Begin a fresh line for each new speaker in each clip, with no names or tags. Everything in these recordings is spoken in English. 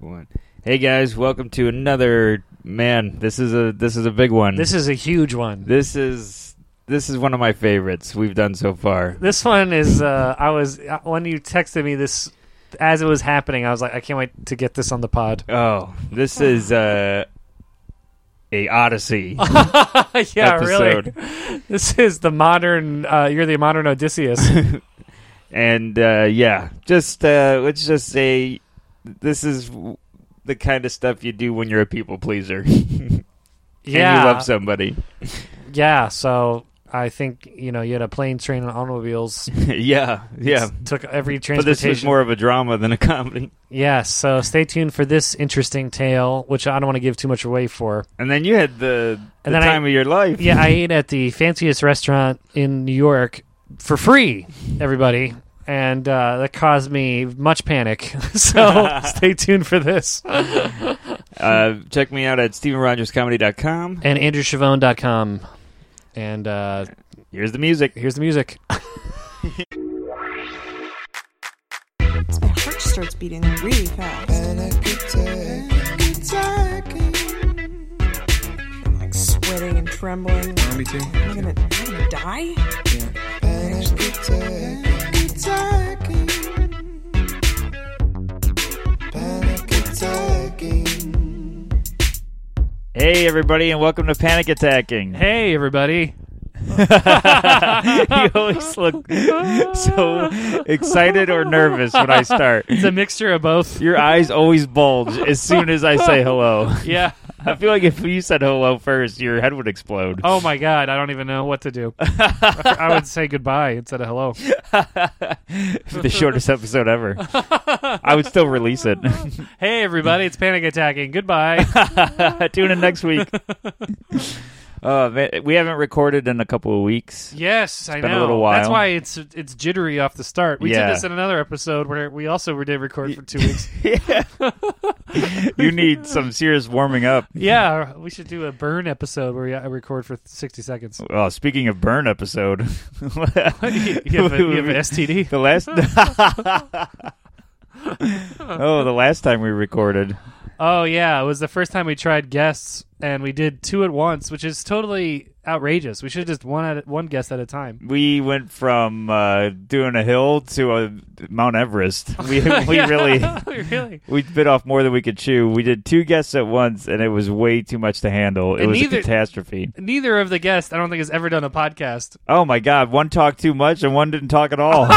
One. Hey guys, welcome to another man. This is a this is a big one.
This is a huge one.
this is this is one of my favorites we've done so far.
This one is. Uh, I was when you texted me this as it was happening. I was like, I can't wait to get this on the pod.
Oh, this is uh, a odyssey.
yeah,
Episode.
really. This is the modern. Uh, you're the modern Odysseus.
and uh, yeah, just uh, let's just say this is w- the kind of stuff you do when you're a people pleaser. and
yeah,
you love somebody.
yeah. So I think you know you had a plane, train, and automobiles.
yeah, yeah.
S- took every
But this
transportation.
is more of a drama than a comedy.
yeah. So stay tuned for this interesting tale, which I don't want to give too much away for.
And then you had the, the
And then I-
time of your life.
Yeah, I ate at the fanciest restaurant in New York for free, everybody. And uh, that caused me much panic. so stay tuned for this.
Uh, check me out at StephenRogersComedy.com.
And AndrewChavon.com. And uh,
Here's the music.
here's the music.
My heart starts beating really fast.
And I could take attacking.
I'm like sweating and trembling. Am
Me too.
I gonna, am I gonna die?
And I could take attacking. Panic attacking.
Hey, everybody, and welcome to Panic Attacking.
Hey, everybody.
you always look so excited or nervous when I start.
It's a mixture of both.
Your eyes always bulge as soon as I say hello.
Yeah.
I feel like if you said hello first, your head would explode.
Oh, my God. I don't even know what to do. I would say goodbye instead of hello.
the shortest episode ever. I would still release it.
Hey, everybody. It's Panic Attacking. Goodbye.
Tune in next week. Oh, man, we haven't recorded in a couple of weeks.
Yes, I
been a
know.
little while.
That's why it's it's jittery off the start. We
Yeah.
did this in another episode where we also did record for two weeks.
You need some serious warming up.
yeah, we should do a burn episode where we uh, record for sixty seconds.
Oh, speaking of burn episode,
You have, a, you have an STD.
the last. oh, the last time we recorded.
Oh yeah, it was the first time we tried guests, and we did two at once, which is totally outrageous. We should have just one at one guest at a time.
we went from uh, doing a hill to a Mount Everest. We we really
really.
we bit off more than we could chew. We did two guests at once, and it was way too much to handle. It
And
was
neither-
a catastrophe.
Neither of the guests, I don't think, has ever done a podcast.
Oh my god! One talked too much, and one didn't talk at all.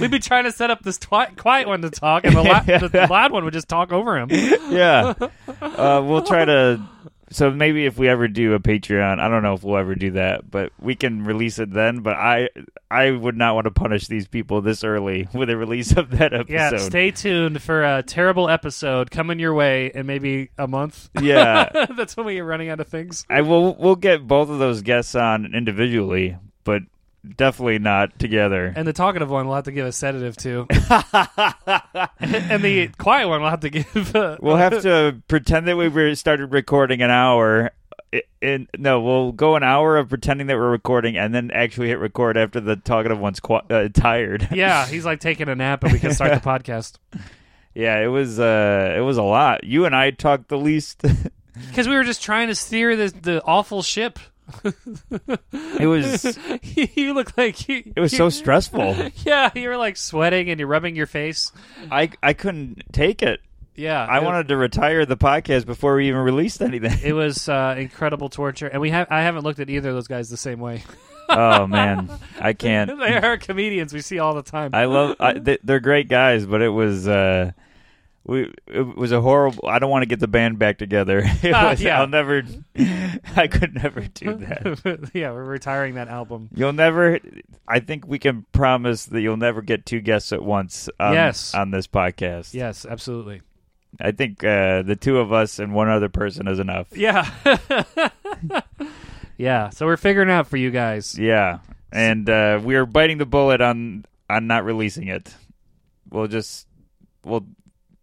We've been trying to set up this twi- quiet one to talk, and the, la- the loud one would just talk over him.
yeah, uh, we'll try to. So maybe if we ever do a Patreon, I don't know if we'll ever do that, but we can release it then. But I I would not want to punish these people this early with a release of that episode.
Yeah, stay tuned for a terrible episode coming your way in maybe a month.
yeah.
That's when we are running out of things.
I will. We'll get both of those guests on individually, but definitely not together.
And the talkative one will have to give a sedative to. and the quiet one will have to give. Uh,
we'll have to pretend that we were started recording an hour. i- In, no, we'll go an hour of pretending that we're recording, and then actually hit record after the talkative one's qu- uh, tired.
yeah, he's like taking a nap, and we can start the podcast
Yeah, it was. Uh, it was a lot. You and I talked the least.
because we were just trying to steer this the awful ship.
it was.
you look like you,
It was so stressful.
yeah, you were like sweating and you're rubbing your face.
I I couldn't take it.
Yeah,
I
it-
wanted to retire the podcast before we even released anything.
It was uh, incredible torture, and we have I haven't looked at either of those guys the same way.
oh man, I can't.
they are comedians we see all the time.
I love. I, th- they're great guys, but it was. Uh, we it was a horrible. I don't want to get the band back together. It
Ah,
was-
yeah.
I'll never. I could never do that.
yeah, we're retiring that album.
You'll never. I think we can promise that you'll never get two guests at once. On,
Yes.
on this podcast.
Yes, absolutely.
I think uh, the two of us and one other person is enough.
Yeah. yeah, so we're figuring out for you guys.
Yeah, and uh, we are biting the bullet on on not releasing it. We'll just we'll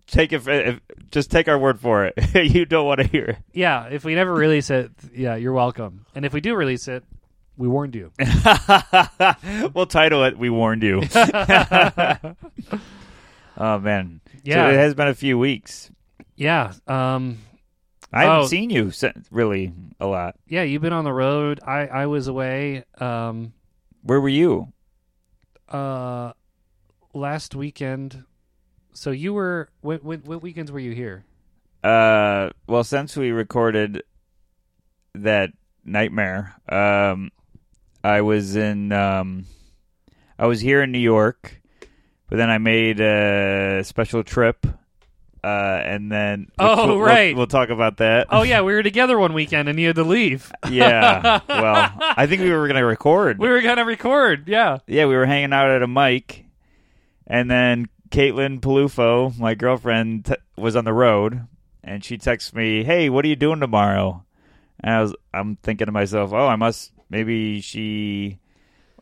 take it. If, just take our word for it. you don't want to hear it.
Yeah, if we never release it, yeah, you're welcome. And if we do release it, we warned you.
we'll title it "We Warned You." Oh man,
Yeah.
So it has been a few weeks.
Yeah. Um,
I
Oh.
haven't seen you since, really a lot.
yeah, you've been on the road. I, I was away um,
Where were you?
uh, last weekend. So you were, what, what, what weekends were you here?
Uh, well, since we recorded that nightmare, um, I was in, um, I was here in New York, but then I made a special trip, uh, and then
Oh,
we'll- we'll-
right.
we'll, talk about that.
Oh, yeah, we were together one weekend and you had to leave.
yeah. Well, I think we were gonna record.
We were going to record. Yeah.
yeah, we were hanging out at a mic, and then Caitlin Palufo, my girlfriend, t- was on the road, and she texts me, "Hey, what are you doing tomorrow?" And I was, I'm thinking to myself, "Oh, I must maybe she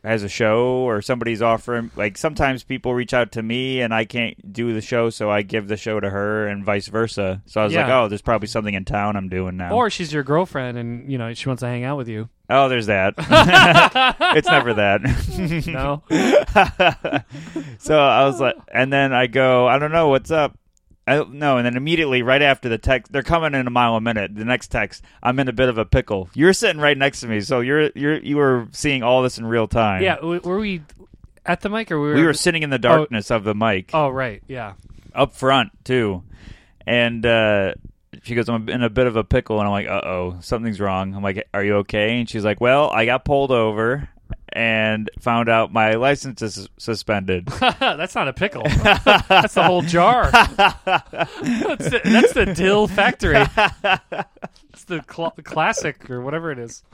has a show or somebody's offering." Like sometimes people reach out to me and I can't do the show, so I give the show to her, and vice versa. So I was like,
Yeah.
"Oh, there's probably something in town I'm doing now."
Or she's your girlfriend and, you know, she wants to hang out with you.
oh, there's that. it's never that.
No?
so I was like, and then I go, I don't know what's up. I don't know. And then immediately, right after the text, they're coming in a mile a minute. The next text, I'm in a bit of a pickle. You're sitting right next to me, so you're you're you were seeing all this in real time.
yeah. w- Were we at the mic or we were?
we were sitting in the darkness of the mic
Oh, right. Yeah.
up front too, and uh, she goes, "I'm in a bit of a pickle," and I'm like, "Uh oh, something's wrong." I'm like, "Are you okay?" And she's like, "Well, I got pulled over." And found out my license is suspended.
that's not a pickle. that's the whole jar. that's, the, that's the dill factory. It's the cl- classic or whatever it is.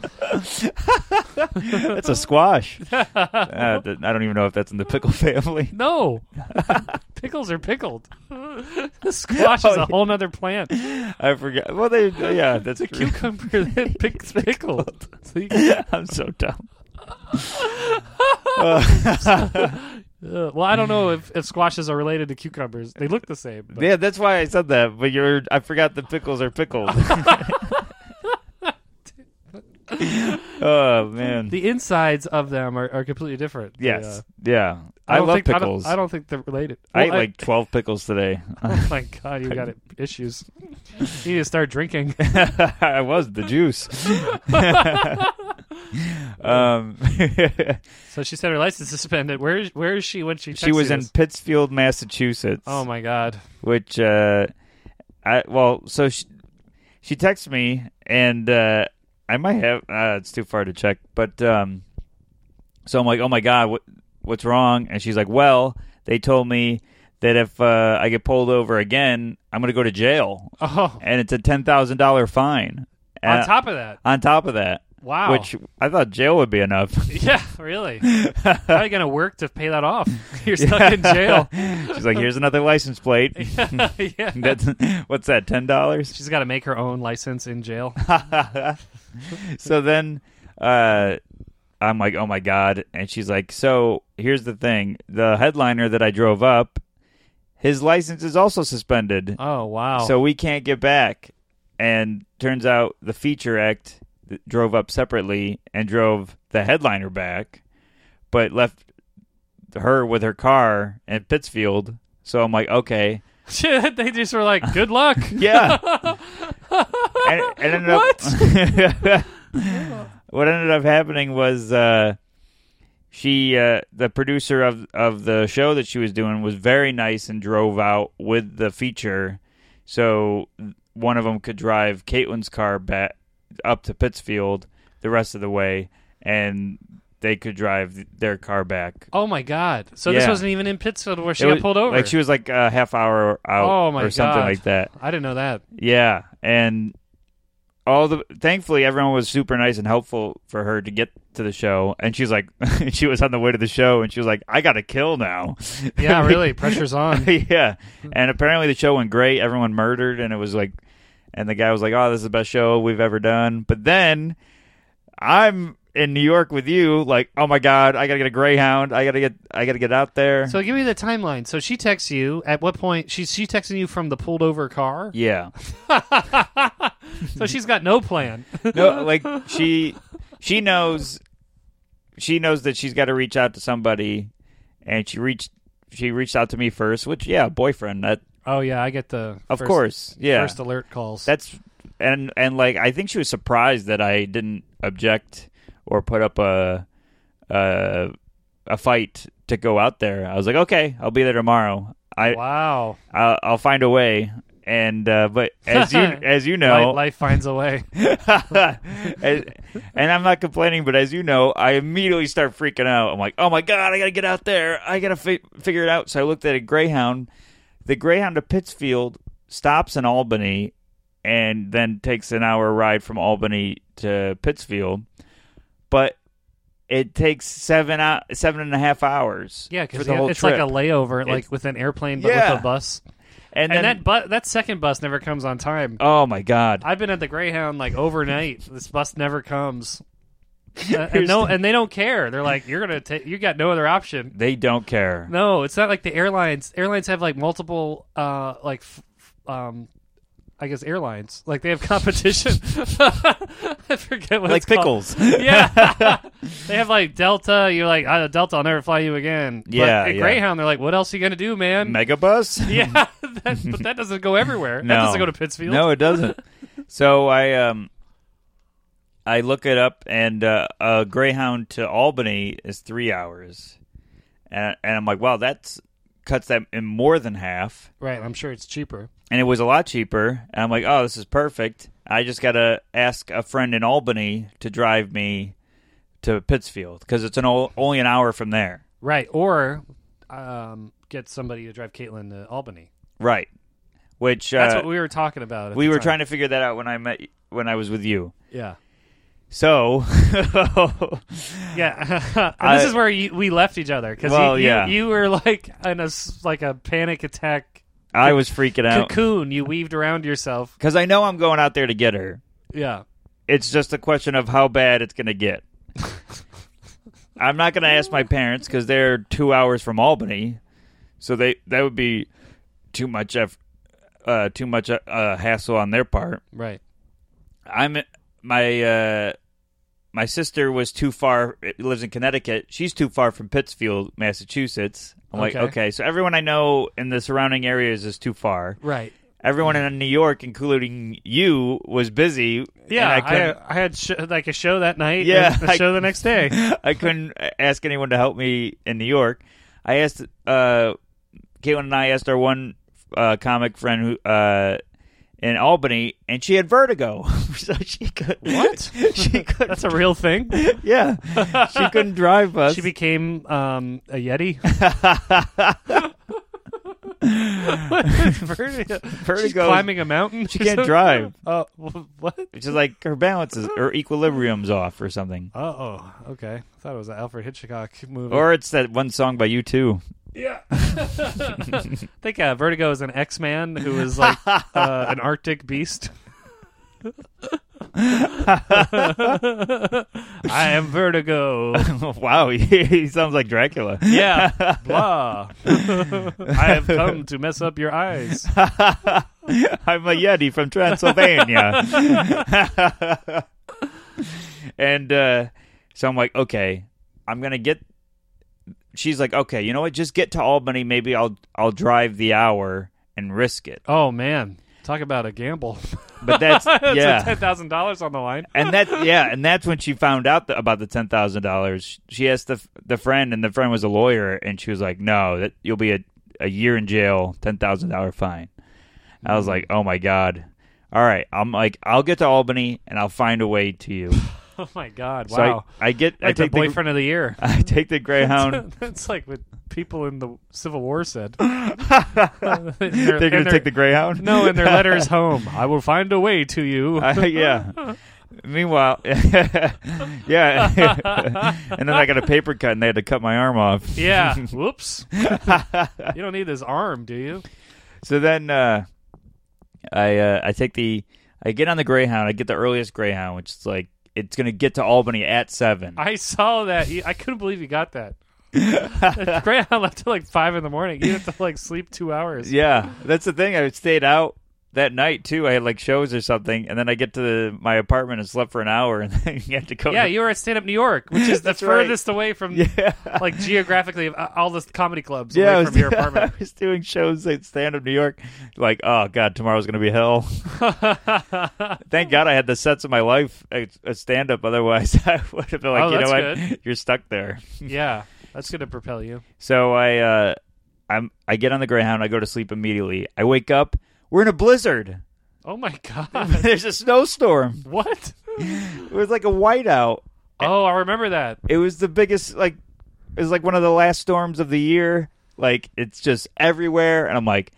That's a squash. Uh, th- I don't even know if that's in the pickle family.
No, pickles are pickled. the squash is a whole nother plant.
I forgot. Well, they yeah, that's a true.
Cucumber that pick's pickled. See?
I'm so dumb.
Uh, well, I don't know if, if squashes are related to cucumbers. They look the same. but-
Yeah, that's why I said that. But you're, I forgot the pickles are pickled. oh man.
The insides of them are, are completely different. They, uh,
yes. Yeah. I,
don't
love
think,
pickles.
I don't, I don't think they're related.
I ate
Well,
like 12 pickles today.
Oh my god, you got it. issues. You need to start drinking.
I was the juice. um,
So she said her license is suspended. Where is where is she when she?
she
texts
was
you
in
this?
Pittsfield, Massachusetts.
Oh my god.
which uh I well so she, she texts me and uh I might have uh it's too far to check but um so I'm like oh my god what what's wrong and she's like well they told me that if uh I get pulled over again I'm going to go to jail
Oh.
and it's a $10,000 fine
on
Uh,
top of that.
on top of that
Wow.
which I thought jail would be enough
Yeah, really. How are you gonna work to pay that off? You're stuck in jail.
she's like here's another license plate
yeah.
that's what's that $10
She's got to make her own license in jail.
so then uh, I'm like, oh my God. And she's like, so here's the thing the headliner that I drove up, his license is also suspended.
Oh wow.
So we can't get back. And turns out the feature act th- drove up separately and drove the headliner back, but left her with her car in Pittsfield. So I'm like, okay.
Shit, they just were like, "Good luck."
Yeah. and, and ended Up, what ended up happening was uh, she, uh, the producer of of the show that she was doing, was very nice and drove out with the feature, so one of them could drive Caitlin's car back up to Pittsfield the rest of the way, and they could drive their car back.
Oh my god. So this
Yeah.
wasn't even in Pittsfield where she
It
got
was-
pulled over.
Like she was like a half hour out
Oh, my
or something
God.
like that.
I didn't know that.
Yeah, and all the thankfully everyone was super nice and helpful for her to get to the show. And she's like, she was on the way to the show, and she was like, I got to kill now.
Yeah, really. Pressure's on.
yeah, and apparently the show went great. Everyone murdered, and it was like, and the guy was like, "Oh, this is the best show we've ever done." But then I'm in New York with you, like, "Oh my god, I gotta get a Greyhound. I gotta get, I gotta get out there."
So give me the timeline. So she texts you at what point? She's she texting you from the pulled over car.
yeah.
So she's got no plan.
no, like she she knows she knows that she's got to reach out to somebody, and she reached she reached out to me first, which yeah, boyfriend. That
Oh yeah, I get the
of
first-
course, yeah.
first alert calls.
That's and and like I think she was surprised that I didn't object or put up a a, a fight to go out there. I was like, okay, I'll be there tomorrow. I
wow.
I'll, I'll find a way. And uh, but as you as you know,
Li- life finds a way.
and, and I'm not complaining, but as you know, I immediately start freaking out. I'm like, oh my god, I gotta get out there. I gotta fi- figure it out. So I looked at a Greyhound. The Greyhound to Pittsfield stops in Albany, and then takes an hour ride from Albany to Pittsfield, but it takes seven ou- seven and a half hours.
Yeah,
for
because
the whole
it's
trip.
like a layover, like
It's-
with an airplane, but
Yeah.
with a bus.
and
And,
then
that bu- that second bus never comes on time.
oh my god,
I've been at the Greyhound like overnight. this bus never comes, Uh, and
Here's
no,
the-
and they don't care. They're like, you're gonna take, you got no other option.
they don't care.
No, it's not like the airlines. Airlines have like multiple, uh, like, f- f- um, I guess airlines. Like they have competition. I forget what
like
it's called.
pickles.
Yeah, they have like Delta. You're like "Ah, Delta. I'll never fly you again. But
Yeah,
at
yeah.
Greyhound, they're like, what else are you gonna do, man?
Megabus.
yeah, that, but that doesn't go everywhere.
No.
That doesn't go to Pittsfield.
No, it doesn't. so I um I look it up, and uh, a Greyhound to Albany is three hours, and and I'm like, wow, that's cuts that in more than half,
right. I'm sure it's cheaper.
and it was a lot cheaper. And I'm like, oh, this is perfect. I just gotta ask a friend in Albany to drive me to Pittsfield because it's an o- only an hour from there.
Right, or um, get somebody to drive Caitlin to Albany.
Right. Which
That's
uh,
what we were talking about. at
we
the
were
time.
trying to figure that out when I met when I was with you.
Yeah,
So
yeah. and
I-
this is where you, we left each other because
Well,
you,
yeah.
you were like in a s- like a panic attack
I was freaking out
cocoon. You weaved around yourself.
because I know I'm going out there to get her.
Yeah,
It's just a question of how bad it's going to get. I'm not going to ask my parents because they're two hours from Albany, so they that would be too much eff- uh, too much uh, uh, hassle on their part.
right.
I'm my uh, my sister was too far. Lives in Connecticut. She's too far from Pittsfield, Massachusetts. I'm like,
Okay.
okay, so everyone I know in the surrounding areas is too far.
Right.
everyone in New York, including you, was busy.
Yeah,
and I
I,
couldn't,
I, had sh- like a show that night.
Yeah,
and a
I-
show the next day.
I, couldn't ask anyone to help me in New York. I asked uh, Caitlin and I asked our one uh, comic friend who. Uh, in Albany, and she had vertigo, so she could
What?
she could
That's a real thing.
yeah she couldn't drive us.
She became um, a yeti. vertigo. She's
vertigo.
climbing a mountain.
she can't drive.
Oh, wh- what?
She's like her balance is or equilibrium's off or something.
Oh, okay. I thought it was an Alfred Hitchcock movie.
Or it's that one song by you too.
yeah. I think uh, Vertigo is an X-Man who is like uh, an Arctic beast. I am Vertigo.
wow, he, he sounds like Dracula.
Yeah. Blah. I have come to mess up your eyes.
I'm a Yeti from Transylvania. and uh, so I'm like, okay, I'm gonna get. She's like, okay, you know what? Just get to Albany. Maybe I'll I'll drive the hour and risk it.
Oh man, talk about a gamble.
But that's
That's
yeah.
ten thousand dollars on the line.
and that yeah, and that's when she found out th- about the ten thousand dollars. She asked the the friend, and the friend was a lawyer, and she was like, "No, that you'll be a a year in jail, ten thousand dollar fine." I
Mm.
was like, "Oh my god." All right, I'm like, I'll get to Albany and I'll find a way to you.
Oh my god! Wow.
So I, I get, I
like the
take the,
boyfriend of the year.
I take the Greyhound.
That's like what people in the Civil War said.
They're
They're
gonna take the Greyhound.
no in their letters home. I will find a way to you.
I- yeah. Meanwhile, yeah, and then I got a paper cut, and they had to cut my arm off.
yeah. Whoops. you don't need this arm, do you?
So then uh, I uh, I take the I get on the Greyhound. I get the earliest Greyhound, which is like it's gonna get to Albany at seven.
I saw that. You- I couldn't believe you got that. Greyhound left till like five in the morning. You have to like sleep two hours.
yeah, that's the thing. I stayed out that night too. I had like shows or something, and then I get to the, my apartment and slept for an hour, and then you had to go.
Yeah,
to,
you were at Stand Up New York, which is the
That's right.
furthest away from,
yeah,
like, geographically, of, uh, all the comedy clubs
yeah. I
away
was,
from your apartment.
I was doing shows at stand up New York. Like, oh god, tomorrow's gonna be hell. Thank God I had the sets of my life at, at stand up. Otherwise, I would have been like,
Oh,
you know
that's
what,
good.
you're stuck there.
yeah, that's going to propel you.
So I uh I'm I get on the Greyhound, I go to sleep immediately. I wake up, we're in a blizzard.
Oh, my God.
There's a snowstorm.
what?
It was like a whiteout.
Oh, I remember that.
It was the biggest like it was like one of the last storms of the year. Like it's just everywhere and I'm like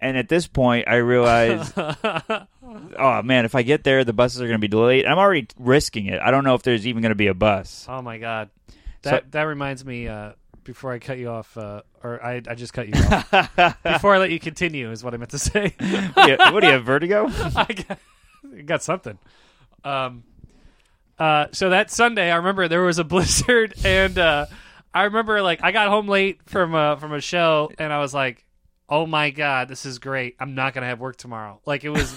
and at this point I realize oh man, if I get there the buses are going to be delayed. I'm already risking it. I don't know if there's even going to be a bus.
Oh my god,
So-
that that reminds me. Uh, before I cut you off, uh, or I I just cut you off. before I let you continue is what I meant to say.
What do you- what do you have vertigo?
I got, got something. Um, uh, so that Sunday, I remember there was a blizzard, and uh, I remember like I got home late from a, from a show, and I was like, "Oh my god, this is great! I'm not gonna have work tomorrow." Like it was,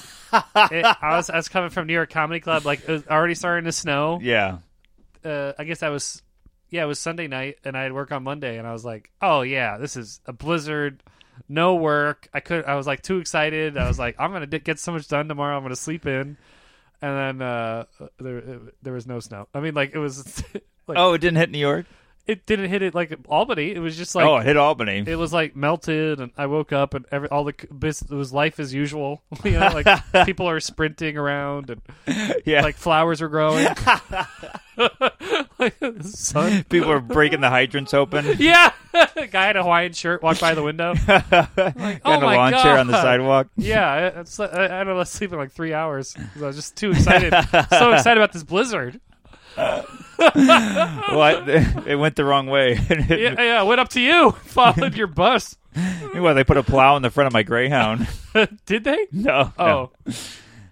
it, I was I was coming from New York Comedy Club, like it was already starting to snow
yeah.
uh, I guess I was, yeah, it was Sunday night, and I had work on Monday, and I was like, oh yeah, this is a blizzard, no work. I could, I was like too excited. I was like, I'm gonna di- get so much done tomorrow. I'm gonna sleep in, and then uh, there there was no snow. I mean, like it was, like
Oh, it didn't hit New York?
it didn't hit it like Albany. It was just like.
oh, it hit Albany.
it was like melted, and I woke up, and every all the c- bus- it was life as usual. You know, like people are sprinting around, and
yeah.
like flowers are growing. like, the sun.
People are breaking the hydrants open.
Yeah, guy in a Hawaiian shirt walked by the window.
Got
"Oh
in a
my
lawn chair on the
God."
sidewalk.
yeah, I, I, sle- I, I don't know, I was sleeping like three hours. 'cause I was just too excited, so excited about this blizzard.
Well, I, it went the wrong way.
Yeah, yeah, I went up to you, followed your bus.
Meanwhile, they put a plow in the front of my Greyhound.
Did they?
No, no.
Oh,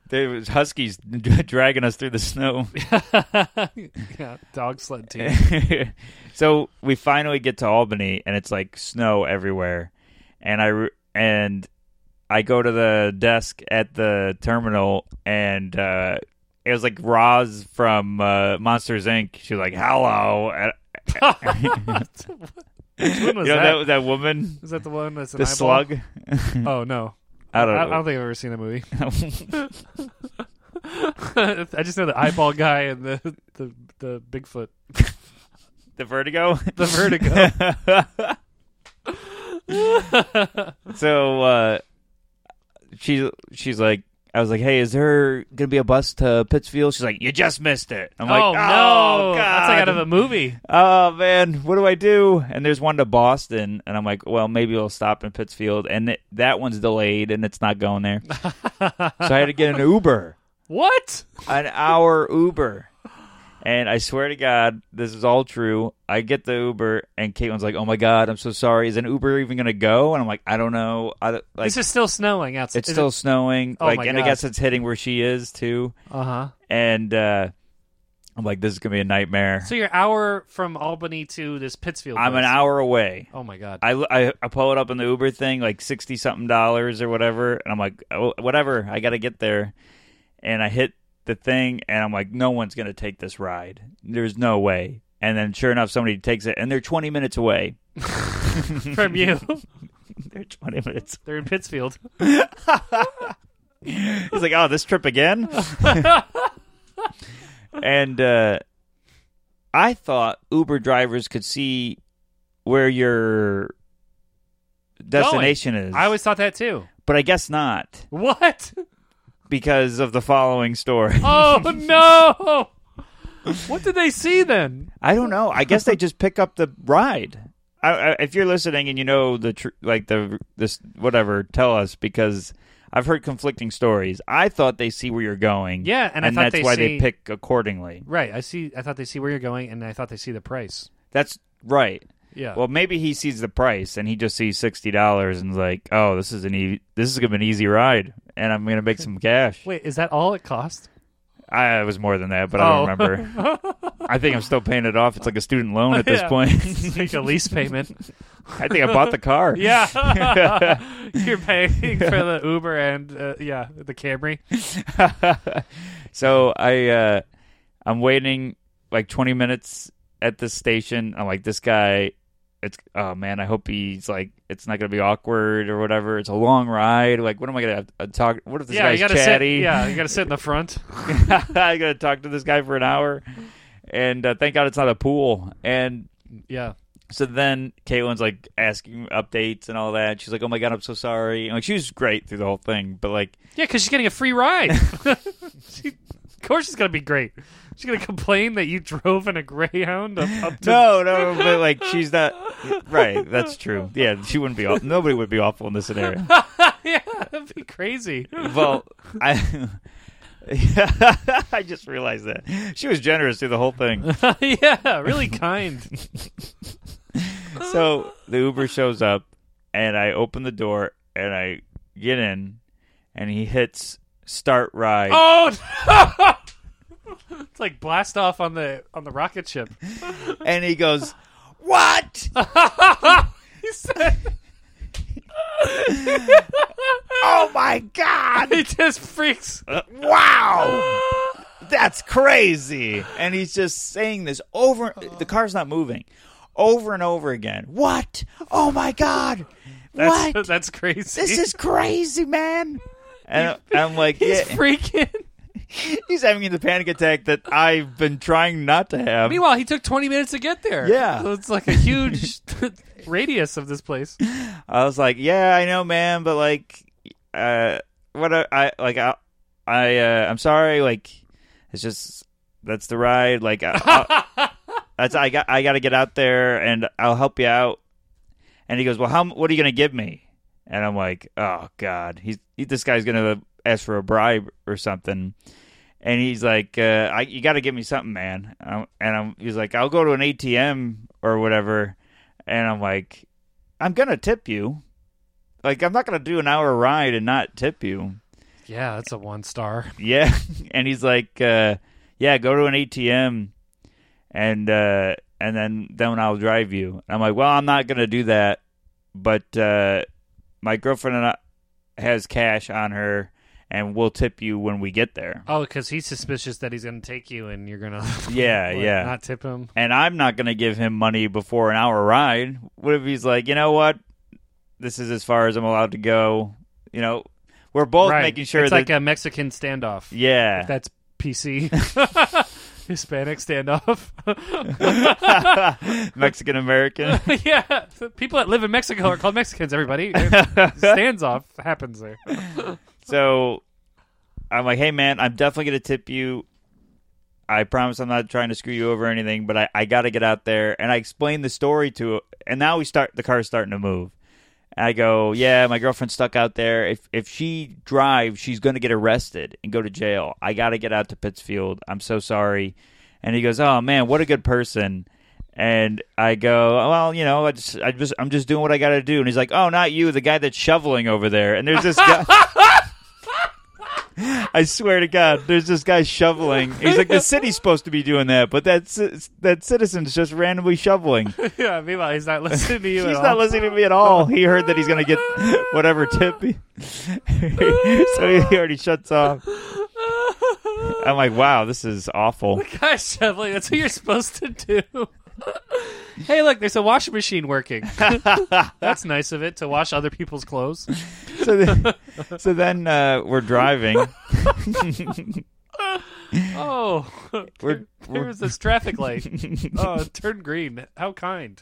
They- it was huskies dragging us through the snow.
Oh. yeah, dog sled team.
so we finally get to Albany, and it's like snow everywhere. And I re- and I go to the desk at the terminal, and uh, it was like Roz from uh, Monsters Inc. She was like, "Hello." And-
When was
you know
that?
that that woman,
Is that the one that's an
the
eyeball?
slug.
Oh no,
I don't
I, I
know.
don't think I've ever seen that movie. I just know the eyeball guy and the the, the Bigfoot,
the vertigo.
the Vertigo.
so uh, she she's like, I was like, hey, is there gonna be a bus to Pittsfield? She's like, you just missed it. I'm like,
oh
oh
no,
God.
that's like out of a movie.
oh man, what do I do? And there's one to Boston, and I'm like, well, maybe we'll stop in Pittsfield, and it, that one's delayed, and it's not going there. so I had to get an Uber,
What?
an hour Uber. And I swear to God, this is all true. I get the Uber, and Caitlin's like, "Oh my God, I'm so sorry. Is an Uber even gonna go?" And I'm like, "I don't know. I, don't- like,
this is still snowing outside.
it's still snowing.
Oh
like,
my
and I
God.
guess it's hitting where she is too.
uh huh.
And uh, I'm like, this is gonna be a nightmare.
So you're an hour from Albany to this Pittsfield.
I'm an
place.
hour away.
Oh my god.
I, I, I pull it up in the Uber thing, like sixty something dollars or whatever, and I'm like, oh, whatever, I gotta get there, and I hit the thing, and I'm like, no one's gonna take this ride. There's no way. And then, sure enough, somebody takes it, and they're 20 minutes away.
from you,
They're 20 minutes.
they're in Pittsfield.
He's like, oh, this trip again? and uh, I thought Uber drivers could see where your destination is.
I always thought that too.
but I guess not
What?
because of the following story.
Oh no! What did they see then?
I don't know. I guess they just pick up the ride. I, I, if you're listening and you know the tr- like the this whatever, tell us because I've heard conflicting stories. I thought they see where you're going.
Yeah, and I thought
that's
they
why
see-
they pick accordingly.
Right. I see. I thought they see where you're going, and I thought they see the price.
That's right.
Yeah.
Well, maybe he sees the price and he just sees sixty dollars and is like, "Oh, this is an e- this is gonna be an easy ride, and I'm gonna make some cash."
Wait, is that all it cost?
I it was more than that, but I don't
Oh.
remember. I think I'm still paying it off. It's like a student loan at this
Yeah.
point.
It's like a lease payment.
I think I bought the car.
Yeah, you're paying for the Uber and uh, yeah, the Camry.
so I uh I'm waiting like 20 minutes at the station. I'm like this guy it's oh man, I hope he's like it's not going to be awkward or whatever. It's a long ride. Like what am I going to have to talk what if this
yeah, you
guy's
gotta
chatty?
sit. Yeah, you gotta sit in the front.
I got to talk to this guy for an hour. And uh, thank God it's not a pool. And
Yeah,
so then Caitlin's like asking updates and all that. She's like, "Oh my god, I'm so sorry." And, like she was great through the whole thing, but like
yeah, because she's getting a free ride. she, of course, she's gonna be great. She's gonna complain that you drove in a Greyhound up, up to
No, no, but like she's not right. That's true. Yeah, she wouldn't be. Awful. Nobody would be awful in this scenario.
yeah, that'd be crazy.
Well, I. I just realized that she was generous through the whole thing.
yeah, really kind.
So the Uber shows up, and I open the door and I get in, and he hits start ride.
Oh no! It's like blast off on the on the rocket ship.
and he goes, "What?
He said
oh my god!
he just freaks.
Wow!" That's crazy. And he's just saying this over the car's not moving. Over and over again. What? Oh my god.
That's,
What?
that's crazy.
This is crazy, man. And I'm like,
He's
yeah,
freaking.
he's having the panic attack that I've been trying not to have.
Meanwhile, he took 20 minutes to get there.
Yeah.
So it's like a huge radius of this place.
I was like, "Yeah, I know, man, but like, uh, what I, I like, I, I, uh, I'm sorry. Like, it's just that's the ride. Like, I, I- that's I got, I got to get out there, and I'll help you out." And he goes, "Well, how? What are you gonna give me?" And I'm like, "Oh God, he's he, this guy's gonna ask for a bribe or something." And he's like, uh, I, "You got to give me something, man." And I'm, and I'm, he's like, "I'll go to an ATM or whatever." And I'm like, I'm gonna tip you. Like I'm not gonna do an hour ride and not tip you.
Yeah, that's a one star.
Yeah. And he's like, uh, yeah, go to an ATM and uh and then then I'll drive you. I'm like, well, I'm not gonna do that, but uh my girlfriend and I has cash on her and we'll tip you when we get there.
Oh, because he's suspicious that he's going to take you and you're going to
Yeah, yeah.
not tip him.
and I'm not going to give him money before an hour ride. What if he's like, you know what, this is as far as I'm allowed to go. You know, we're both
right.
making sure
it's
that
like a Mexican standoff.
yeah,
That's PC. Hispanic standoff.
Mexican American.
yeah. People that live in Mexico are called Mexicans, everybody. Stands off happens there.
so I'm like, hey man, I'm definitely going to tip you. I promise I'm not trying to screw you over or anything, but I, I got to get out there. And I explain the story to and now we start the car's starting to move. And I go, yeah, my girlfriend's stuck out there. If if she drives, she's going to get arrested and go to jail. I got to get out to Pittsfield. I'm so sorry. And he goes, oh man, what a good person. And I go, well, you know, I just, I just, I'm just doing what I got to do. And he's like, oh, not you, the guy that's shoveling over there. And there's this guy. I swear to God, there's this guy shoveling. He's like, the city's supposed to be doing that, but that ci- that citizen's just randomly shoveling.
Yeah, meanwhile, he's not listening to you
He's
at all.
not listening to me at all. He heard that he's gonna get whatever tip, he- so he already shuts off. I'm like, wow, this is awful.
Guy shoveling. That's what you're supposed to do. hey, look, there's a washing machine working. that's nice of it to wash other people's clothes.
So then, so then uh, we're driving.
Oh,
We're-
there was this traffic light. Oh, it turned green. How kind.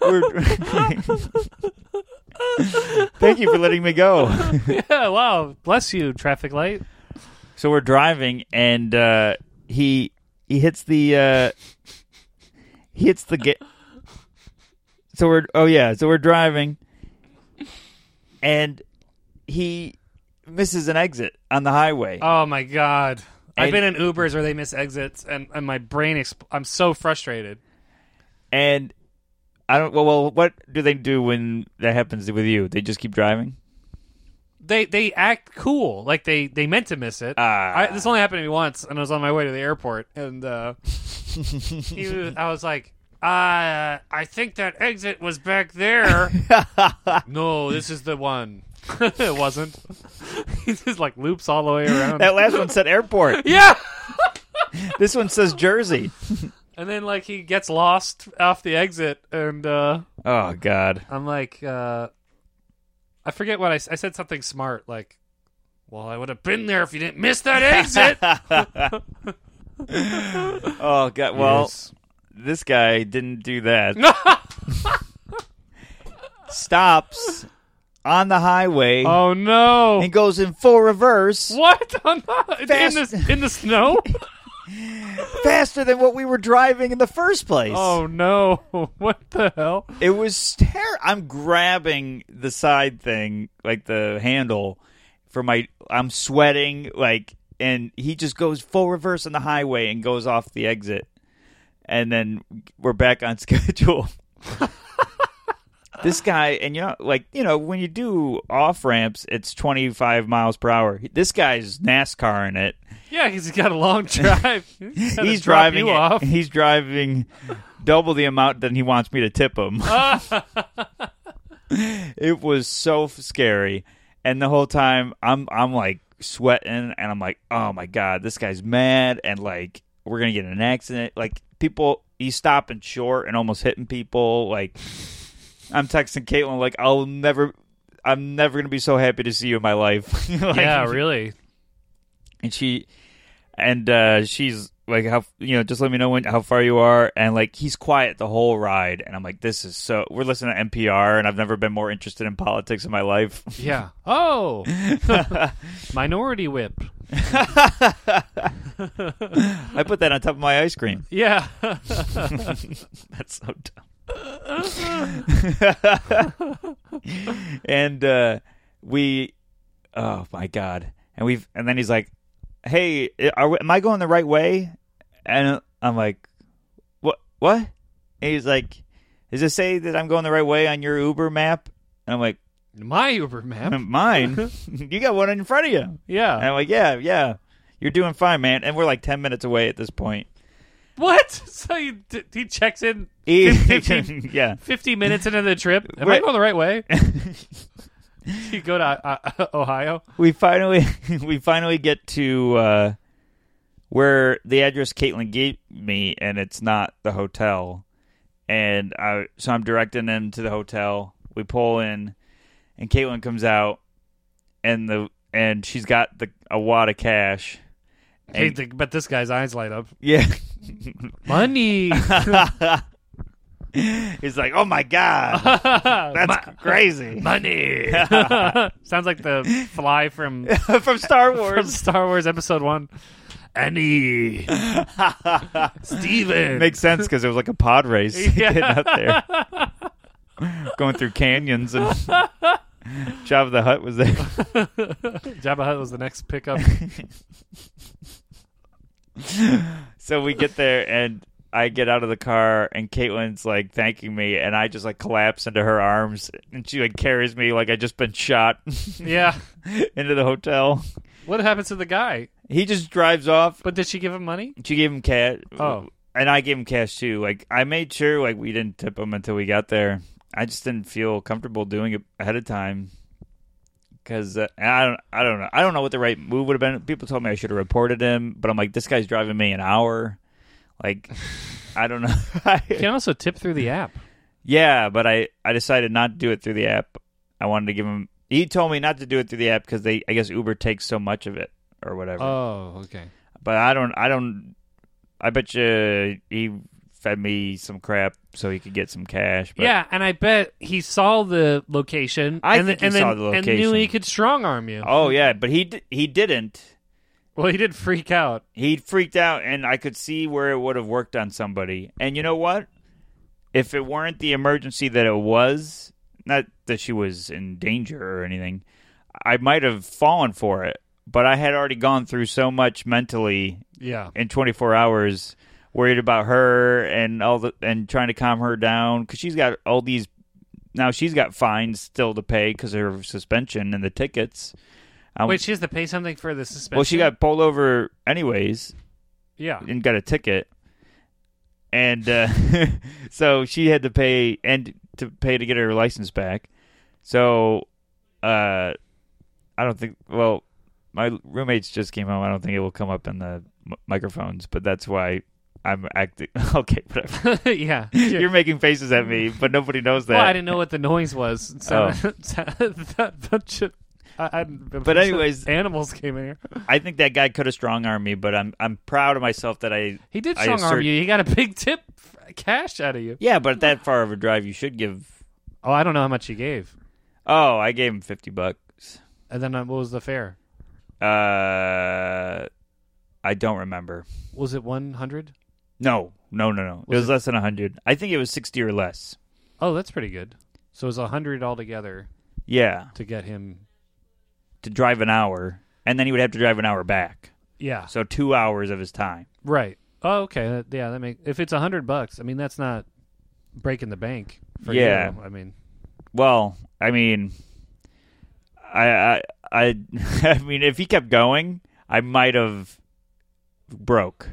We're... Thank you for letting me go.
Yeah, wow. Bless you, traffic light.
So we're driving, and uh, he he hits the uh, he hits the ga- So we're oh yeah, so we're driving, and he misses an exit on the highway.
Oh my god. I've
And-
been in Ubers where they miss exits, and, and my brain. Exp- I'm so frustrated.
and I don't well, well, what do they do when that happens with you? They just keep driving.
They they act cool, like they they meant to miss it.
Ah.
I, this only happened to me once, and I was on my way to the airport, and uh, he was- I was like, uh, I think that exit was back there. no, this is the one. it wasn't. he just like loops all the way around.
That last one said airport.
yeah.
This one says Jersey.
And then like he gets lost off the exit, and uh,
Oh God.
I'm like, uh, I forget what I, s- I said. Something smart like, "Well, I would have been there if you didn't miss that exit."
Oh God. Well, this guy didn't do that. Stops on the highway
oh no!
and goes in full reverse,
What on the, in
Fast.
the in the snow?
faster than what we were driving in the first place.
oh no! What the hell?
It was ter- I'm grabbing the side thing, like the handle, for my. I'm sweating, like, and he just goes full reverse on the highway and goes off the exit, and then we're back on schedule. this guy, and you know, like, you know, when you do off ramps, it's 25 miles per hour. This guy's NASCAR in it.
Yeah, he's got a long drive. He's, gotta
He's
drop
driving.
you
it-
off.
He's driving double the amount than he wants me to tip him. it was so f- scary, and the whole time I'm I'm like sweating, and I'm like, oh my god, this guy's mad, and like we're gonna get in an accident. Like people, he's stopping short and almost hitting people. Like I'm texting Caitlin, like I'll never. I'm never gonna be so happy to see you in my life. Like,
yeah, really.
and she and uh she's like how you know just let me know when how far you are and like he's quiet the whole ride and i'm like this is so we're listening to npr and i've never been more interested in politics in my life
Yeah. Oh, minority whip.
i put that on top of my ice cream
Yeah.
that's so dumb and uh we oh my god and we've and then he's like hey are we, am i going the right way and i'm like what what and he's like does it say that i'm going the right way on your uber map and i'm like
My Uber map.
Um, mine you got one in front of you and
Yeah.
i'm like yeah yeah you're doing fine man and we're like 10 minutes away at this point
What? So you, d- he checks in
He-
50,
E yeah
50 minutes into the trip. Am I
Wait.
going the right way? you go to uh, uh, Ohio?
we finally we finally get to uh, where the address Caitlin gave me, and it's not the hotel. And I so I'm directing him to the hotel. We pull in, and Caitlin comes out, and the and she's got the a wad of cash.
Hey,
And-
the, but this guy's eyes light up.
Yeah,
Money.
he's like, oh my god, that's crazy
Money. Sounds like the fly from
from Star
from
Wars.
Star Wars Episode One. Annie, Steven.
Makes sense because it was like a pod race
Yeah.
getting out there, going through canyons, and Jabba the Hutt was there.
Jabba Hutt was the next pickup.
So we get there, and I get out of the car, and Caitlin's like thanking me, and I just like collapse into her arms, and she like carries me like I just been shot
yeah.
into the hotel.
What happens to the guy?
He just drives off.
But did she give him money?
She gave him cash.
Oh.
and I gave him cash too. Like I made sure like we didn't tip him until we got there. I just didn't feel comfortable doing it ahead of time. Cause uh, I don't, I don't know, I don't know what the right move would have been. People told me I should have reported him, but I'm like, this guy's driving me an hour. Like, I don't know.
You can also tip through the app.
yeah, but I, I decided not to do it through the app. I wanted to give him. He told me not to do it through the app because they, I guess Uber takes so much of it or whatever
Oh, okay.
but I don't. I don't. I bet you he fed me some crap so he could get some cash. But
yeah, and I bet he saw the location.
I
and
think
then, and
he saw
then,
the
And knew
location.
he could strong arm you.
Oh yeah, but he di- he didn't.
Well, he did freak out.
He freaked out, and I could see where it would have worked on somebody. And you know what? If it weren't the emergency that it was, not that she was in danger or anything, I might have fallen for it. But I had already gone through so much mentally
Yeah.
in 24 hours worried about her and all the and trying to calm her down because she's got all these now she's got fines still to pay because of her suspension and the tickets um,
Wait, she has to pay something for the suspension.
well she got pulled over anyways
yeah.
and got a ticket and uh, so she had to pay and to pay to get her license back. So, uh, I don't think. Well, my roommates just came home. I don't think it will come up in the m- microphones, but that's why I'm acting. okay, whatever.
yeah.
You're making faces at me, but nobody knows that.
Well, I didn't know what the noise was. So, bunch of, I, I,
But anyways-
animals came in here.
I think that guy could have strong armed me, but I'm I'm proud of myself that I
He did
I
strong arm
assert-
you. He got a big tip, f- cash out of you.
Yeah, but that far of a drive, you should give.
Oh, I don't know how much he gave.
Oh, I gave him fifty bucks.
And then uh, what was the fare?
Uh, I don't remember.
Was it one hundred?
No, no, no, no. it
Was
was
it-
less than hundred. I think it was sixty or less.
Oh, that's pretty good. So it was hundred altogether
Yeah,
to get him.
to drive an hour, and then he would have to drive an hour back.
Yeah.
So two hours of his time.
Right. Oh, okay. That- Yeah, that makes. If it's hundred bucks, I mean that's not breaking the bank. For
Yeah.
You. I mean,
Well, I mean, I, I, I, I mean, if he kept going, I might have broke,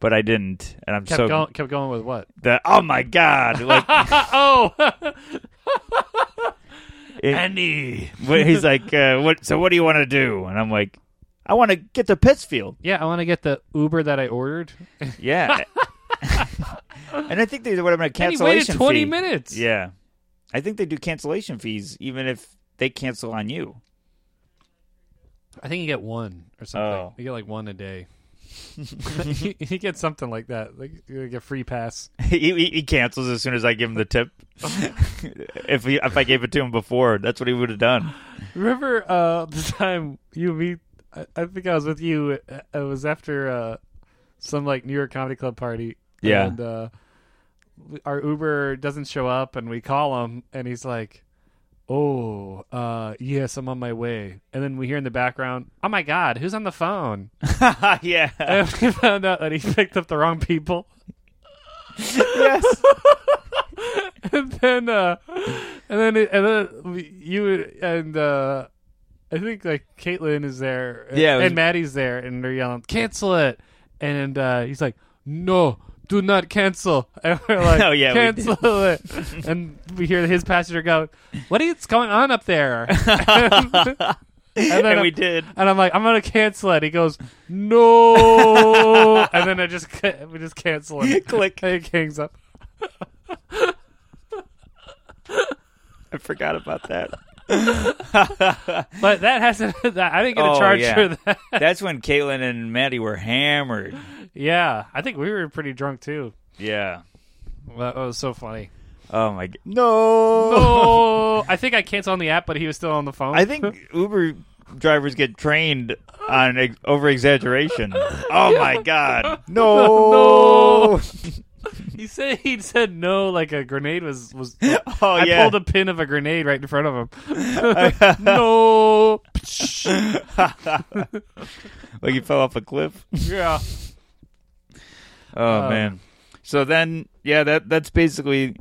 but I didn't, and I'm
kept
so
going. Kept going with what?
that. Oh my god! Like
oh.
it-
Annie.
But he's like, uh, "What? So what do you want to do?" And I'm like, "I want to get to Pittsfield."
Yeah, I want to get the Uber that I ordered.
Yeah. and I think they would have been a
And he
cancellation.
waited twenty
fee.
minutes.
Yeah, I think they do cancellation fees even if they cancel on you.
I think you get one or something.
Oh.
You get like one a day. you, you get something like that. Like you get a free pass.
he, he, he cancels as soon as I give him the tip. if he, if I gave it to him before, that's what he would have done.
Remember uh, the time you and me? I, I think I was with you. uh, It was after uh, some like New York Comedy Club party.
Yeah.
And uh, we- our Uber doesn't show up, and we call him, and he's like, "Oh, uh, yes, I'm on my way." And then we hear in the background, "Oh my God, who's on the phone?"
yeah.
and we found out that he picked up the wrong people.
yes.
and then uh and then it, and then we- you and uh I think like Caitlin is there and,
Yeah, it was-
and Maddie's there and they're yelling cancel it and uh he's like no do not cancel and we're like
Oh, yeah, we
cancel it and we hear his passenger go what is going on up there and,
And,
then
we did.
and I'm like I'm gonna cancel it he goes no and then I just ca- we just cancel it
Click.
and it hangs up
I forgot about that.
But that hasn't. That, I didn't get a
Oh,
charge
yeah.
for that.
That's when Caitlin and Maddie were hammered.
Yeah, I think we were pretty drunk too.
Yeah.
That was so funny.
Oh my god. No.
Oh, I think I canceled on the app, but he was still on the phone.
I think Uber drivers get trained on ex- over exaggeration. Oh my god. No.
No. he said he said no, like a grenade was was.
Oh
I
yeah.
pulled a pin of a grenade right in front of him. no.
like you fell off a cliff.
yeah.
Oh
Um,
man. So then, yeah, that that's basically.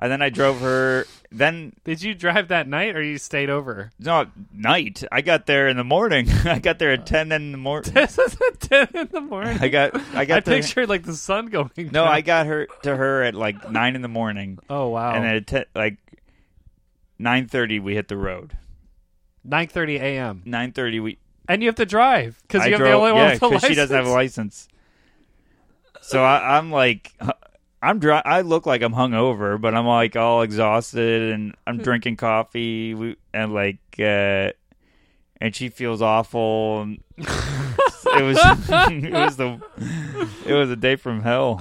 And then I drove her. Then
Did you drive that night, or you stayed over?
no night. I got there in the morning. I got there at ten in the morning.
This is at ten in the morning.
I got. I
I
got. there-
pictured like the sun going.
no,
down.
I got her to her at like nine in the morning,
Oh wow.
and at ten, like nine thirty we hit the road.
Nine thirty a.m.
Nine thirty we.
And you have to drive because
I
you're the
drove-
only
yeah,
one with a
'cause
license.
she doesn't have a license. So I, I'm like, huh, I'm dry. I look like I'm hungover, but I'm like all exhausted and
Hmm.
I'm drinking coffee we, and like, uh, and she feels awful. And it was it was the it was a day from hell.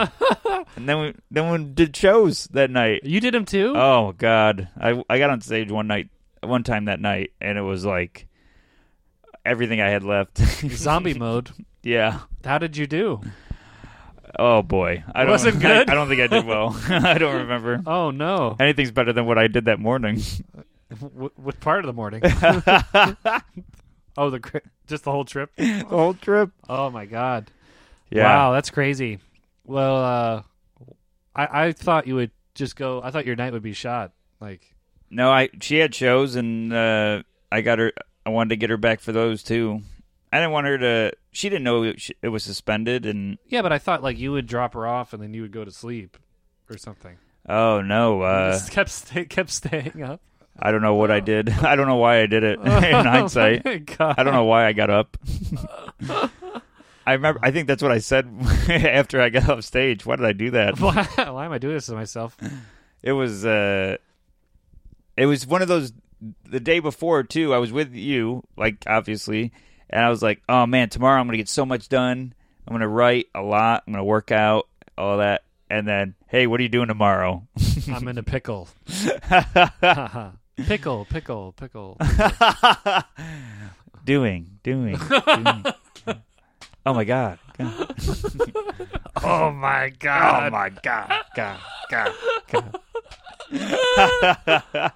And then we then we did shows that night.
You did him too?
Oh God, I I got on stage one night, one time that night, and it was like everything I had left.
Zombie mode.
yeah.
How did you do?
Oh boy, I don't,
Wasn't good?
I, I don't think I did well. I don't remember.
Oh no!
Anything's better than what I did that morning.
W- what part of the morning?
the
oh, the cri- just the whole trip.
whole trip.
Oh my god!
Yeah.
Wow, that's crazy. Well, uh, I I thought you would just go. I thought your night would be shot. Like,
No, I she had shows and uh, I got her. I wanted to get her back for those too, I didn't want her to. She didn't know it sh- it was suspended, and
Yeah, but I thought like you would drop her off and then you would go to sleep or something.
oh no, uh,
Just kept stay, kept staying up.
I don't know what I did. I don't know why I did it. In hindsight,
Oh my God.
I don't know why I got up. I remember. I think that's what I said after I got off stage. Why did I do that?
Why, why am I doing this to myself?
It was. uh It was one of those. The day before too, I was with you, like obviously, and I was like, "Oh man, tomorrow I'm gonna get so much done. I'm gonna write a lot. I'm gonna work out, all that." And then, hey, what are you doing tomorrow?
I'm in a pickle. pickle, pickle, pickle.
doing, doing, doing. oh my god. god.
Oh my
Oh
god.
my god. God. God. God.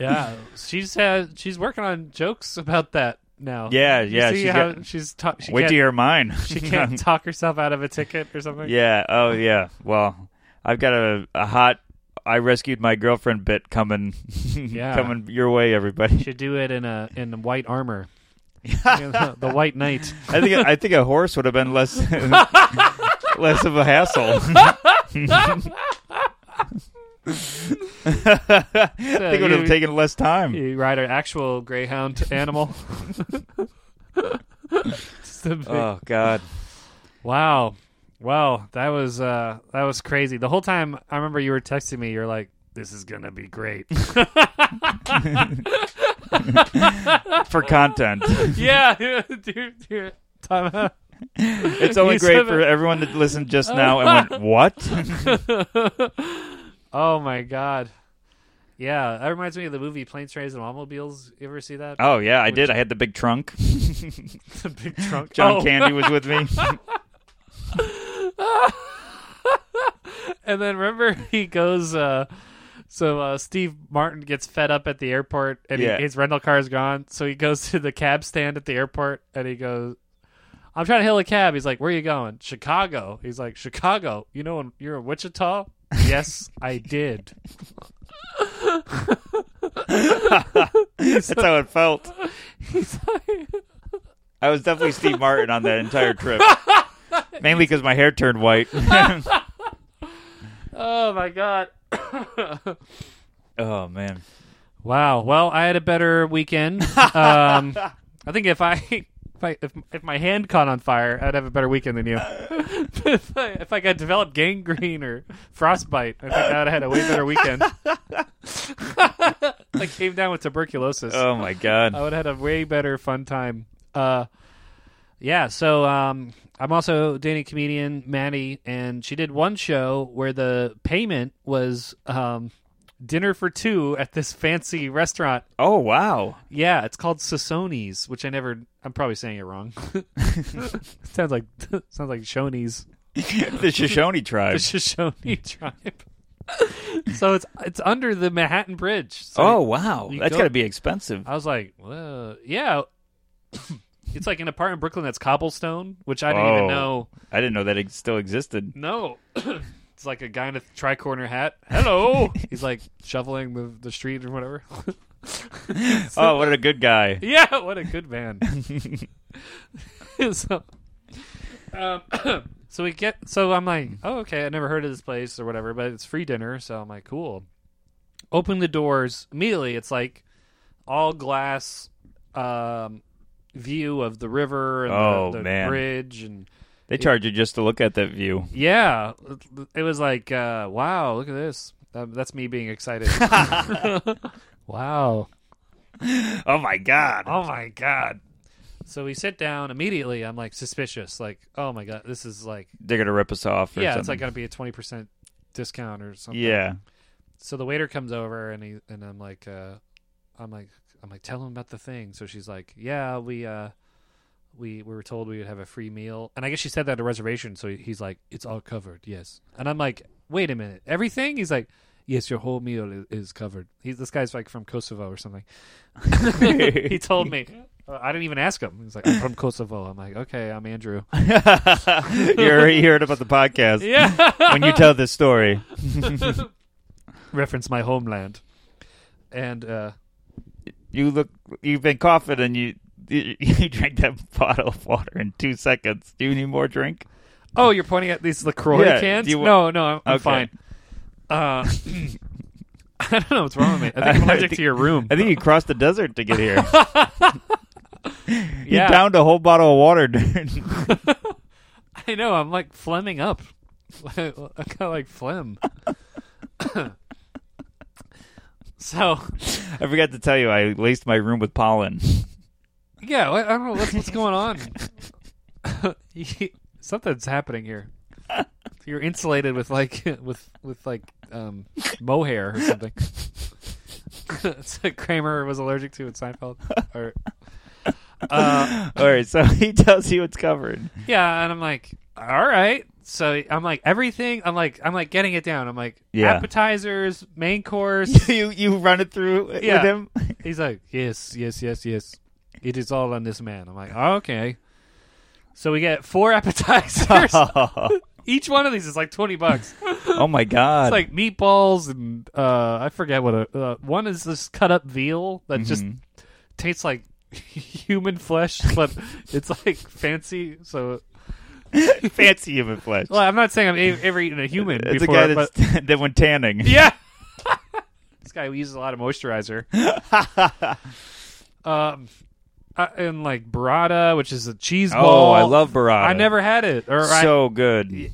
Yeah, she's had she's working on jokes about that now.
Yeah,
You
yeah,
See
she's
how
got-
she's ta- she
Wait
can't,
to hear mine.
she can't talk herself out of a ticket or something.
yeah. Oh yeah. Well, I've got a, a hot I rescued my girlfriend bit coming
Yeah.
coming your way, everybody.
Should do it in a in white armor. the, the white knight.
I think I think a horse would have been less less of a hassle. I think it would have
you-
taken less time.
You ride an actual greyhound animal. Just a big-
Oh God!
Wow. Wow, that was uh that was crazy. The whole time I remember you were texting me, you're like, This is gonna be great.
For content,
yeah, dude, dude. Time out.
it's only
You
great
said
for
it.
everyone that listened just now and went, "What?"
oh my god. Yeah, that reminds me of the movie Planes, Trains, and Automobiles. You ever see that?
Oh yeah, I did. I had the big trunk.
the big trunk.
John
Oh,
Candy was with me.
And then remember he goes. Uh, so uh, Steve Martin gets fed up at the airport, and
Yeah.
he, his rental car is gone. So he goes to the cab stand at the airport, and he goes, "I'm trying to hail a cab." He's like, "Where are you going?" Chicago. He's like, "Chicago. You know, when you're in Wichita." yes, I did.
That's how it felt. I was definitely Steve Martin on that entire trip, mainly because my hair turned white.
Oh my god.
oh man,
Wow. Well, I had a better weekend. Um, I think if I if, I, if if my hand caught on fire, I'd have a better weekend than you. if, I, if I got developed gangrene or frostbite, I think I'd have had a way better weekend. I came down with tuberculosis.
oh my god.
I would have had a way better fun time. Uh, yeah, so um, I'm also dating comedian Maddie, and she did one show where the payment was um, dinner for two at this fancy restaurant.
Oh wow.
Yeah, it's called Sassone's, which I never. I'm probably saying it wrong. sounds like sounds like Shoney's,
The Shoshone tribe.
the Shoshone tribe. so it's it's under the Manhattan Bridge. So
oh wow,
you
that's
go- Uh,
got to be expensive.
I was like, well, yeah. it's like an apartment in Brooklyn that's cobblestone, which I didn't even
Oh.
know.
I didn't know that it still existed.
No. it's like a guy in a tricorner hat. Hello. He's like shoveling the, the street or whatever.
Oh, what a good guy.
yeah, what a good man. so, um, so we get, so I'm like, oh, okay, I never heard of this place or whatever, but it's free dinner. So I'm like, cool. Open the doors immediately. It's like all glass um, view of the river and the-
Oh,
the,
man.
bridge and
They charge you just to look at that view.
yeah, it was like, uh, wow, look at this. Um, that's me being excited. wow.
Oh my god.
Oh my god. So we sit down immediately. I'm like suspicious. Like, oh my god, this is like,
They're gonna rip us off. Or
yeah, it's like
something.
gonna be a twenty percent discount or something.
yeah.
So the waiter comes over and he and I'm like, uh, I'm like, I'm like, tell him about the thing. So she's like, yeah, we uh, we we were told we would have a free meal, and I guess she said that at a reservation. So he's like, it's all covered, yes. And I'm like, wait a minute, everything? He's like. Yes, your whole meal i- is covered. He's this guy's like from Kosovo or something. he told me. Uh, I didn't even ask him. He's like, I'm from Kosovo. I'm like, okay, I'm Andrew.
you already heard about the podcast
Yeah.
when you tell this story.
Reference my homeland. And uh,
You look. You've been coughing, and you you, you drank that bottle of water in two seconds. Do you need more drink?
Oh, you're pointing at these Lacroix
Yeah,
cans?
do you wa-
no, no, I'm, I'm
Okay.
fine. Uh, I don't know what's wrong with me. I think I'm
I
allergic
think-
to your room.
I think you crossed the desert to get here. You
Yeah.
downed a whole bottle of water. dude.
I know. I'm like flemming up. I kind of like phlegm. so
I forgot to tell you, I laced my room with pollen.
yeah, what, I don't know what's what's going on. Something's happening here. You're insulated with like with with like um, mohair or something. it's like Kramer was allergic to in Seinfeld. Or, uh,
All right, so he tells you it's covered.
Yeah, and I'm like, all right. So I'm like everything. I'm like I'm like getting it down. I'm like
Yeah.
appetizers, main course.
you you run it through with
Yeah.
him.
He's like, yes, yes, yes, yes. It is all on this man. I'm like, "Oh, okay. So we get four appetizers.
Oh,
Each one of these is like twenty bucks.
my god!
It's like meatballs and uh, I forget what a uh, one is. This cut up veal that just
Mm-hmm.
tastes like human flesh, but it's like fancy. So
fancy human flesh.
well, I'm not saying I'm a- ever eating a human.
It's a
before,
guy
but-
that's, that went tanning.
Yeah. this guy uses a lot of moisturizer. um, uh, and like burrata, which is a cheese
Oh,
ball.
I love burrata.
I never had it, or I-
so good.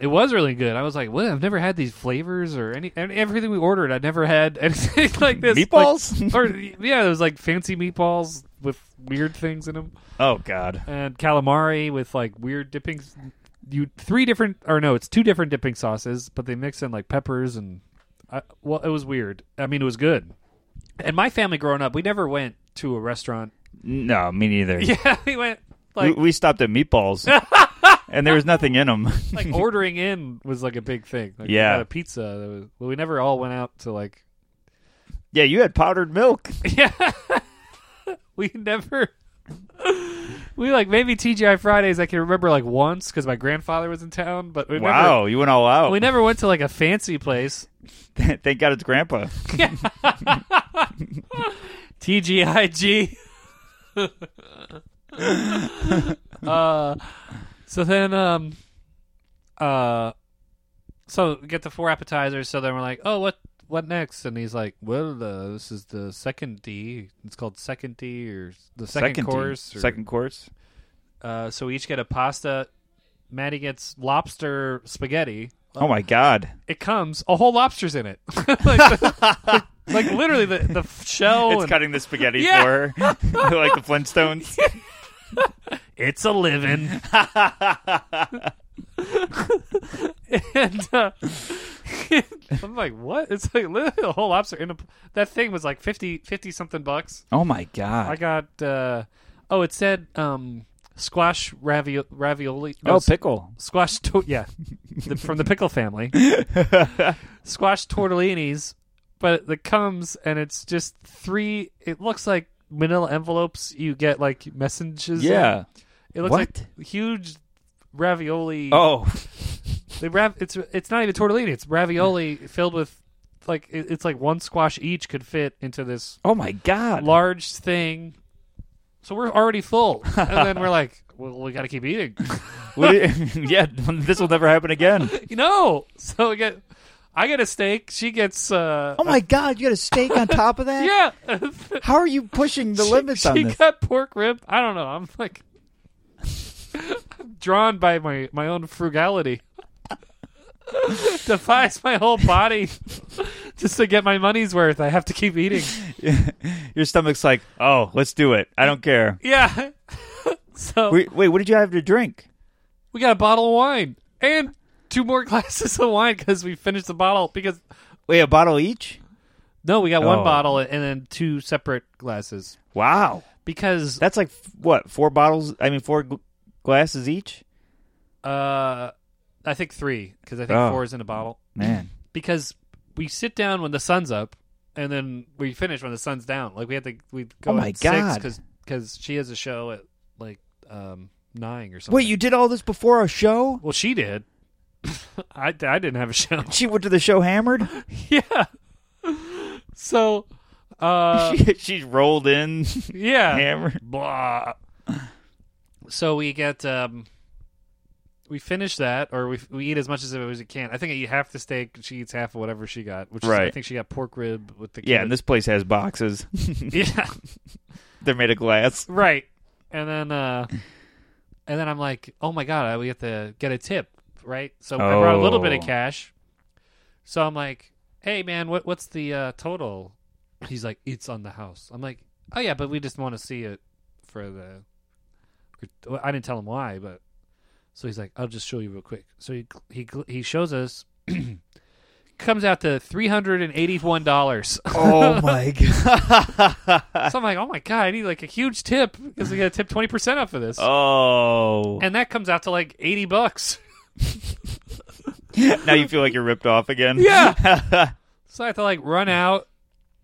it was really good. I was like, "What? I've never had these flavors or any and everything we ordered. I never had anything like this. Like-
Meatballs?
or yeah, it was like fancy meatballs with weird things in them,
Oh god.
and calamari with like weird dipping. You three different, or no, it's two different dipping sauces, but they mix in like peppers and I, well, it was weird. I mean, it was good. And my family growing up, we never went to a restaurant.
No, me neither.
Yeah, we went like
we, we stopped at meatballs, and there was nothing in them.
like ordering in was like a big thing. Like,
Yeah.
we got a pizza. That was, well, we never all went out to like.
yeah, you had powdered milk.
Yeah, we never. We like maybe TGI Fridays. I can remember like once because my grandfather was in town, but we
Wow, you went all out.
never we never went to like a fancy place.
Thank God it's Grandpa.
TGIG. uh, so then, um, uh, so we get the four appetizers. So then we're like, oh, what, what next? And he's like, well, uh, this is the second D. It's called second D or the second,
tea.
course. or-
Second course.
Uh, so we each get a pasta. Maddie gets lobster spaghetti.
Oh my God!
It comes a whole lobster's in it, like, the- like literally the the shell.
It's
oh, and-
cutting the spaghetti
Yeah.
for her, like the Flintstones.
it's a living. and uh, I'm like, what? It's like literally a whole lobster. In a, that thing was like 50, 50 something bucks.
Oh my God!
I got, uh, oh, it said um, squash ravio- ravioli. no,
oh
s-
pickle.
squash, to- yeah, the, from the pickle family. squash tortellinis, but it comes and it's just three, it looks like manila envelopes you get like messages. in.
Yeah.
It looks
What?
like huge ravioli.
Oh.
They rav- it's it's not even tortellini. It's ravioli filled with like it- it's like one squash each could fit into this
Oh my God!
large thing. So we're already full, and then we're like, well, we got to keep eating.
What do you- yeah, this will never happen again.
you know, so we get I get a steak. She gets uh
Oh my God, you got a steak on top of that?
yeah.
How are you pushing the limits
she
on this?
got pork rib. I don't know. I'm like I'm drawn by my my own frugality. Defies my whole body just to get my money's worth. I have to keep eating.
Your stomach's like, oh, let's do it. I don't care.
Yeah. so we,
Wait, wait, what did you have to drink?
got a bottle of wine and two more glasses of wine because we finished the bottle. Because
Wait, a bottle each?
no, we got one
Oh.
bottle and then two separate glasses.
Wow,
Because
that's like f- what four bottles? I mean, four gl- glasses each.
Uh, I think three because I think
Oh.
four is in a bottle.
Man,
Because we sit down when the sun's up, and then we finish when the sun's down. Like we had to we go
Oh my
at
God.
six because she has a show at like um nine or something.
Wait, you did all this before our show?
well she did. I I didn't have a show.
she went to the show hammered.
yeah. So Uh,
She- she's rolled in
yeah.
hammer.
Blah. So we get um, we finish that, or we we eat as much as we can. I think I eat half the steak. She eats half of whatever she got, which is, I
Right.
think she got pork rib with the
Yeah, and this place has boxes.
yeah,
They're made of glass.
right. And then uh, and then I'm like, oh my god, I- we have to get a tip, right? So I brought a little bit of
Oh.
cash. So I'm like, hey man, what what's the uh, total? He's like, it's on the house. I'm like, oh yeah, but we just want to see it for the well, I didn't tell him why, but so he's like, "I'll just show you real quick." So he he he shows us. comes out to three hundred and eighty-one dollars.
Oh my god!
so I'm like, "Oh my god, I need like a huge tip because we got to tip twenty percent off of this."
Oh,
And that comes out to like eighty bucks.
now you feel like you're ripped off again.
Yeah. So I have to like run out.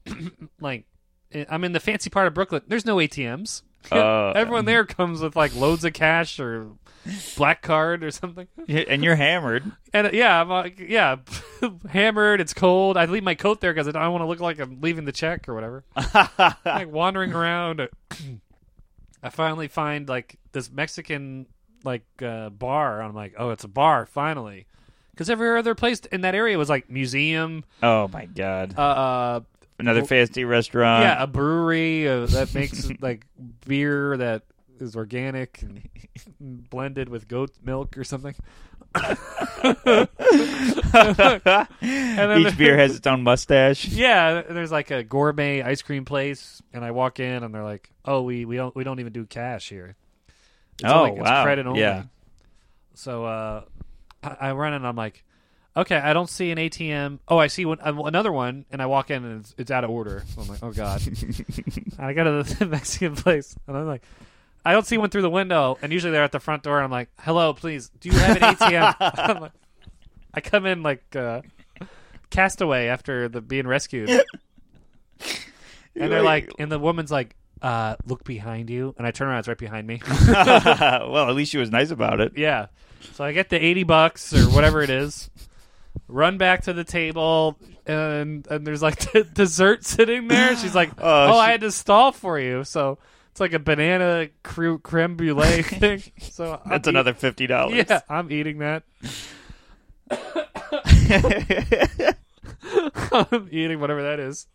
like eh, I'm in the fancy part of Brooklyn. There's no ATMs.
Uh.
Everyone there comes with like loads of cash or black card or something.
and you're hammered.
And uh, yeah, I'm like, yeah, hammered. It's cold. I leave my coat there because I don't want to look like I'm leaving the check or whatever. like wandering around, I finally find like this Mexican like uh, bar. I'm like, oh, it's a bar finally, because every other place in that area was like museum,
Oh my god!
uh, uh
Another fancy restaurant.
yeah, a brewery uh, that makes like beer that is organic and blended with goat milk or something. then-
Each beer has its own mustache.
Yeah, and there's like a gourmet ice cream place, and I walk in, and they're like, "Oh, we, we don't we don't even do cash here. It's
oh
like,
wow!
it's credit only."
Yeah.
So uh, I, I run in, and I'm like, "Okay, I don't see an ATM. Oh, I see one, uh, another one." And I walk in, and it's, it's out of order. So I'm like, "Oh god!" And I go to the Mexican place, and I'm like. I don't see one through the window, and usually they're at the front door. And I'm like, "Hello, please, do you have an ATM?" I'm like, I come in like uh, castaway after the being rescued, and they're like, and the woman's like, uh, "Look behind you," and I turn around, it's right behind me.
well, at least she was nice about it.
yeah, so I get the eighty bucks or whatever it is, run back to the table, and and there's like dessert sitting there. She's like,
Oh,
"Oh,
she-
I had to stall for you," so. It's like a banana cre- creme brulee thing. So I'm
That's
eat-
another fifty dollars.
Yeah, I'm eating that. I'm eating whatever that is.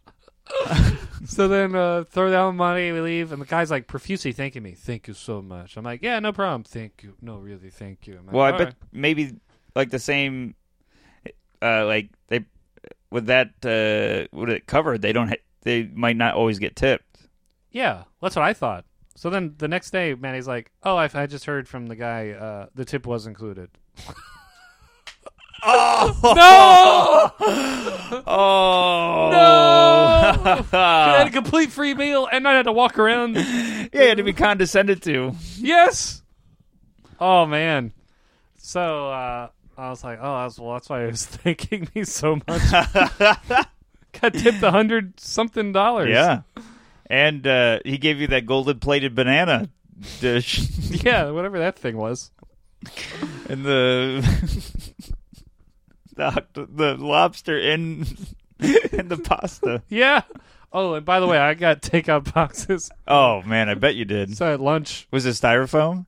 so then uh, throw down the money, we leave, and the guy's like profusely thanking me. Thank you so much. I'm like, yeah, no problem. Thank you. No, really, thank you. I'm like,
Well, I
"All
bet
right."
maybe like the same, uh, like they with that uh, with it covered, they don't ha- they might not always get tipped.
Yeah, that's what I thought. So then the next day, Manny's like, oh, I, I just heard from the guy. Uh, the tip was included. oh no!
Oh
No! I had a complete free meal, and I had to walk around
yeah, to be condescended to.
Yes. Oh man. So uh, I was like, oh, that's well, that's why he was thanking me so much. Got tipped a hundred something dollars.
Yeah, and uh, he gave you that golden plated banana dish
Yeah, whatever that thing was.
and the the, oct- the lobster in and the pasta.
Yeah. Oh, and by the way, I got takeout boxes.
Oh man, I bet you did.
So at lunch,
Was it styrofoam?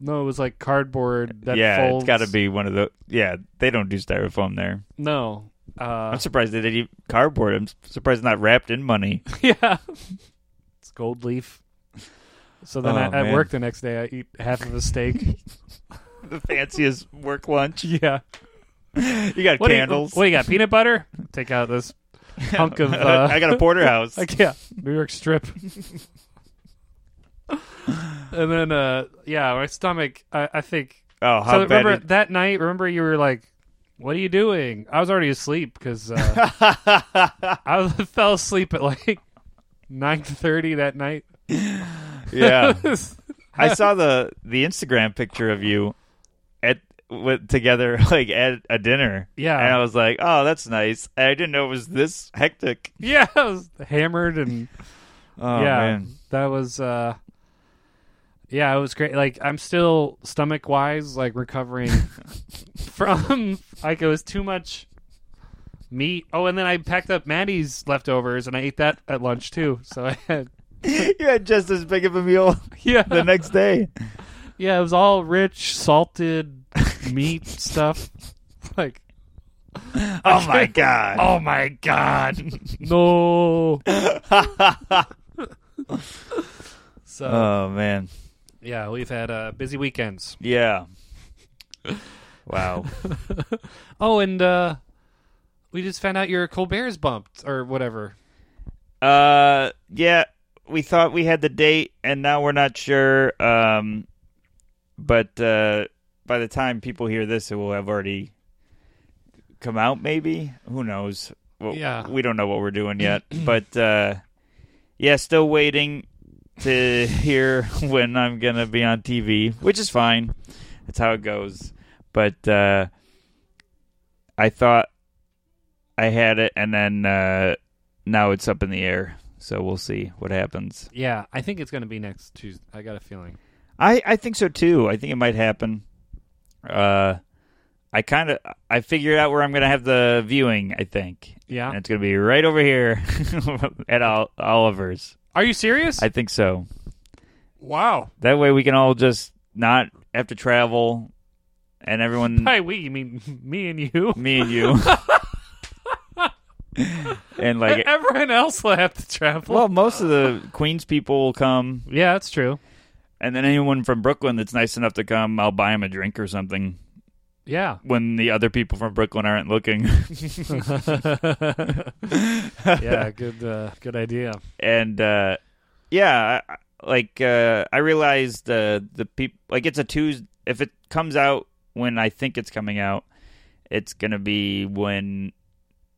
no, it was like cardboard that
yeah,
folds.
it's got to be one of the. Yeah, they don't do styrofoam there.
No. Uh,
I'm surprised they didn't eat cardboard. I'm surprised it's not wrapped in money.
yeah. It's gold leaf. So then
Oh,
I, at
man.
work the next day, I eat half of a steak.
the fanciest work lunch. You
yeah.
got
What do you-
candles.
what do you got? Peanut butter? Take out this hunk of. Uh,
I got a porterhouse.
like, yeah, New York strip. and then, uh, yeah, my stomach. I, I think.
oh, how
so
bad!
remember
it-
that night? Remember you were like, "What are you doing?" I was already asleep because uh, I fell asleep at like nine thirty that night.
yeah, I saw the the Instagram picture of you at with, together like at a dinner.
Yeah.
and I was like, oh, that's nice. And I didn't know it was this hectic.
yeah, I was hammered and
Oh
yeah,
man.
that was. uh yeah, it was great. Like I'm still stomach wise, like recovering from like it was too much. meat. Oh, and then I packed up Maddie's leftovers and I ate that at lunch too. So I had
you had just as big of a meal
yeah,
the next day.
yeah, it was all rich salted meat stuff. Like
Oh my god!
oh my god, no. so
Oh man,
yeah, we've had uh, busy weekends.
yeah. Wow.
Oh, and uh, we just found out your Colbert's bumped or whatever.
Uh, yeah, we thought we had the date, and now we're not sure. Um, but uh, by the time people hear this, it will have already come out. Maybe who knows? Well,
Yeah.
we don't know what we're doing yet. but uh, yeah, still waiting to hear when I'm gonna be on TV, which is fine. That's how it goes. But uh, I thought I had it, and then uh, now it's up in the air. So we'll see what happens.
Yeah, I think it's going to be next Tuesday. I got a feeling.
I, I think so too. I think it might happen. Uh, I kind of I figured out where I'm gonna have the viewing. I think,
Yeah.
and it's gonna be right over here at Ol- Oliver's.
Are you serious?
I think so.
wow.
That way we can all just not have to travel, and everyone,
Hi, we, you mean me and you?
me and you, and like
Everyone else will have to travel.
well, most of the Queens people will come.
yeah, that's true.
And then anyone from Brooklyn that's nice enough to come, I'll buy them a drink or something
Yeah.
when the other people from Brooklyn aren't looking.
yeah, good uh, good idea.
and uh, yeah, I- I- like uh, I realized uh, the people like it's a Tuesday. If it comes out when I think it's coming out, it's gonna be when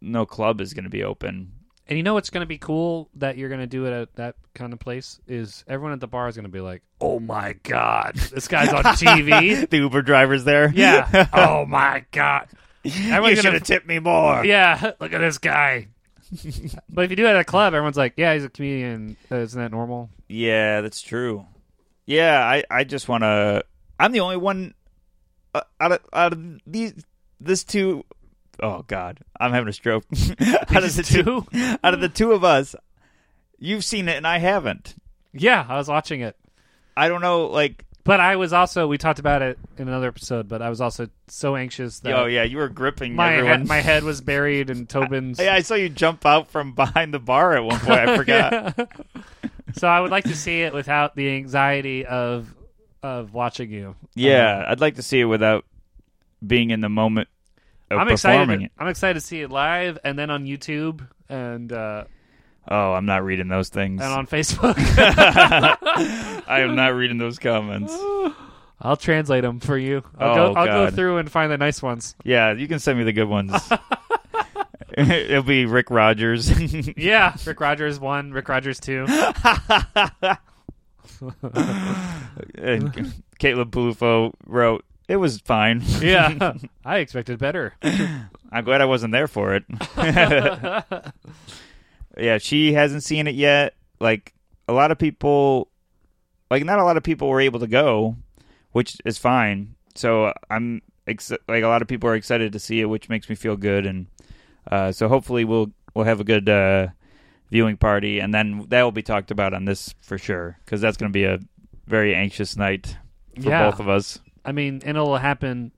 no club is gonna be open.
And you know what's going to be cool that you're going to do it at that kind of place is everyone at the bar is going to be like, "Oh my god, this guy's on TV."
The Uber driver's there.
yeah. Oh my god. Everyone's
you should
gonna-
have tipped me more.
Yeah, look at this guy. but if you do it at a club, everyone's like, "Yeah, he's a comedian. Uh, isn't that normal?"
Yeah, that's true. Yeah, I, I just want to. I'm the only one uh, out of out of these this two oh God, I'm having a stroke. out of the two, out of the two of us, you've seen it and I haven't.
Yeah, I was watching it.
I don't know, like
But I was also we talked about it in another episode, but I was also so anxious that
oh yeah, you were gripping
my
everyone.
head, my head was buried in Tobin's.
yeah, I saw you jump out from behind the bar at one point. I forgot.
Yeah. so I would like to see it without the anxiety of of watching you.
Yeah, I'd like to see it without being in the moment. Of
I'm
performing
excited.
it.
I'm excited to see it live and then on YouTube and uh,
Oh, I'm not reading those things.
and on Facebook.
I am not reading those comments.
I'll translate them for you. I'll,
Oh,
go, I'll go
God.
through and find the nice ones.
Yeah, you can send me the good ones. It'll be Rick Rogers.
Yeah, Rick Rogers one, Rick Rogers two.
and Caleb Pulufo wrote, It was fine.
Yeah, I expected better.
I'm glad I wasn't there for it. yeah, she hasn't seen it yet. Like, a lot of people, like, not a lot of people were able to go, which is fine. So uh, I'm, ex- like, a lot of people are excited to see it, which makes me feel good. And uh, so hopefully we'll, we'll have a good, uh, viewing party and then that will be talked about on this for sure because that's going to be a very anxious night for
Yeah.
both of us
I mean, and it'll happen,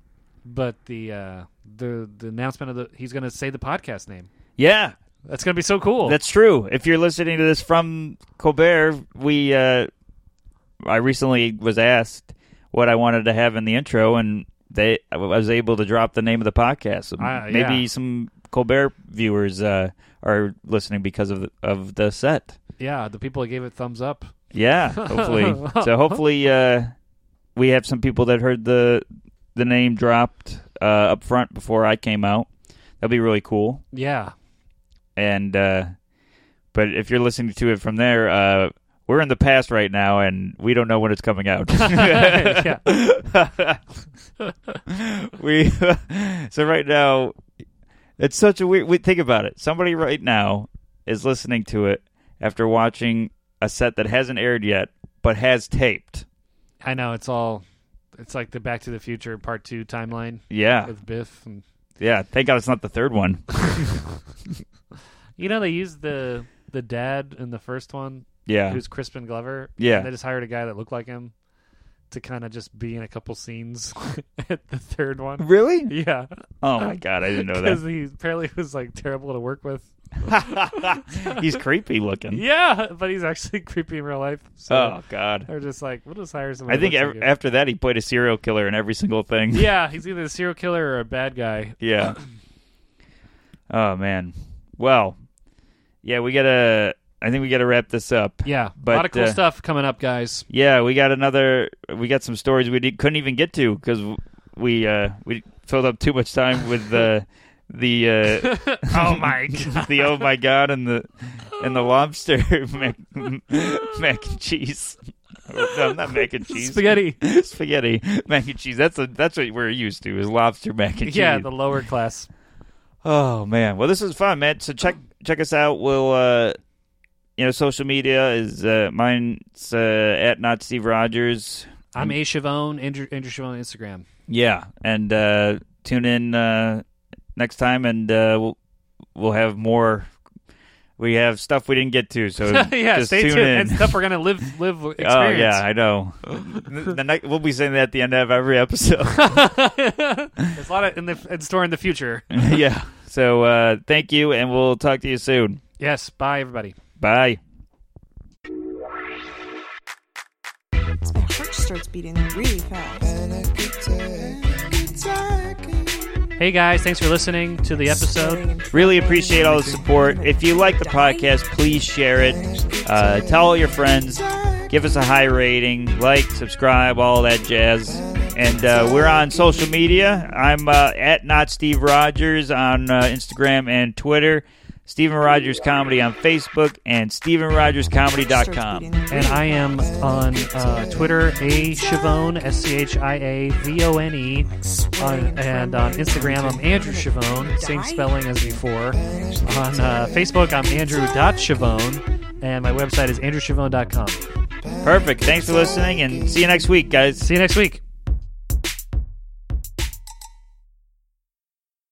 but the uh, the the announcement of the he's going to say the podcast name.
yeah
That's going to be so cool.
That's true. If you're listening to this from Colbert, we uh, I recently was asked what I wanted to have in the intro, and they I was able to drop the name of the podcast. So
Ah,
Maybe
yeah.
some Colbert viewers uh, are listening because of the, of the set.
yeah, the people that gave it thumbs up.
Yeah, hopefully. so hopefully, uh, we have some people that heard the the name dropped uh, up front before I came out. That'd be really cool
Yeah,
and uh, but if you're listening to it from there, uh, we're in the past right now, and we don't know when it's coming out.
yeah,
we so right now, it's such a weird. We, think about it. Somebody right now is listening to it after watching a set that hasn't aired yet, but has taped.
I know. It's all it's like the Back to the Future Part Two timeline
Yeah,
with Biff. And,
yeah, thank God it's not the third one.
You know they used the the dad in the first one,
Yeah,
who's Crispin Glover.
Yeah.
and they just hired a guy that looked like him to kind of just be in a couple scenes at the third one.
Really?
Yeah,
Oh my God, I didn't know
because
that.
he apparently was like terrible to work with.
He's creepy looking.
Yeah, but he's actually creepy in real life. So
Oh God.
they're just like, we'll just hire someone.
I
who
think
looks
ev-
like him.
after that he played a serial killer in every single thing.
yeah, he's either a serial killer or a bad guy.
Yeah. oh man. Well, yeah, we gotta. I think we gotta wrap this up.
Yeah,
But,
a lot of cool
uh,
stuff coming up, guys.
Yeah, we got another. We got some stories we did, couldn't even get to because we uh, we filled up too much time with the the uh,
oh my god!
the oh my god and the and the lobster mac, mac and cheese. No, not mac and cheese.
Spaghetti.
Spaghetti, mac and cheese. That's a that's what we're used to is lobster mac and cheese.
Yeah, the lower class.
Oh man. Well, this is fun, man. So check check us out. We'll uh you know, social media is uh mine's uh at not Steve Rogers.
I'm A Chavone, Andrew, Andrew Chavone on Instagram.
Yeah. And uh tune in uh next time and uh we'll we'll have more we have stuff we didn't get to, so Oh,
yeah,
just
stay
tune
tuned.
in.
And stuff we're gonna live live experience.
Oh yeah, I know. the, the next, we'll be saying that at the end of every episode.
There's a lot of in the in store in the future.
yeah. So uh, thank you, and we'll talk to you soon.
Yes, bye everybody.
Bye.
My heart starts beating really fast.
and I get tired, get tired again.
Hey guys, thanks for listening to the episode.
Really appreciate all the support. If you like the podcast, please share it. Uh, tell all your friends. Give us a high rating, like, subscribe, all that jazz. And uh, we're on social media. I'm uh, at not Steve Rogers on uh, Instagram and Twitter. Steven Rogers Comedy on Facebook and StevenRogersComedy.com.
And I am on uh, Twitter, A Chavone, S C H I A V O N E. On, and on Instagram, I'm Andrew Chavone, same spelling as before. On uh, Facebook, I'm Andrew.Chavone. And my website is andrewchavone.com.
Perfect. Thanks for listening, and see you next week, guys.
See you next week.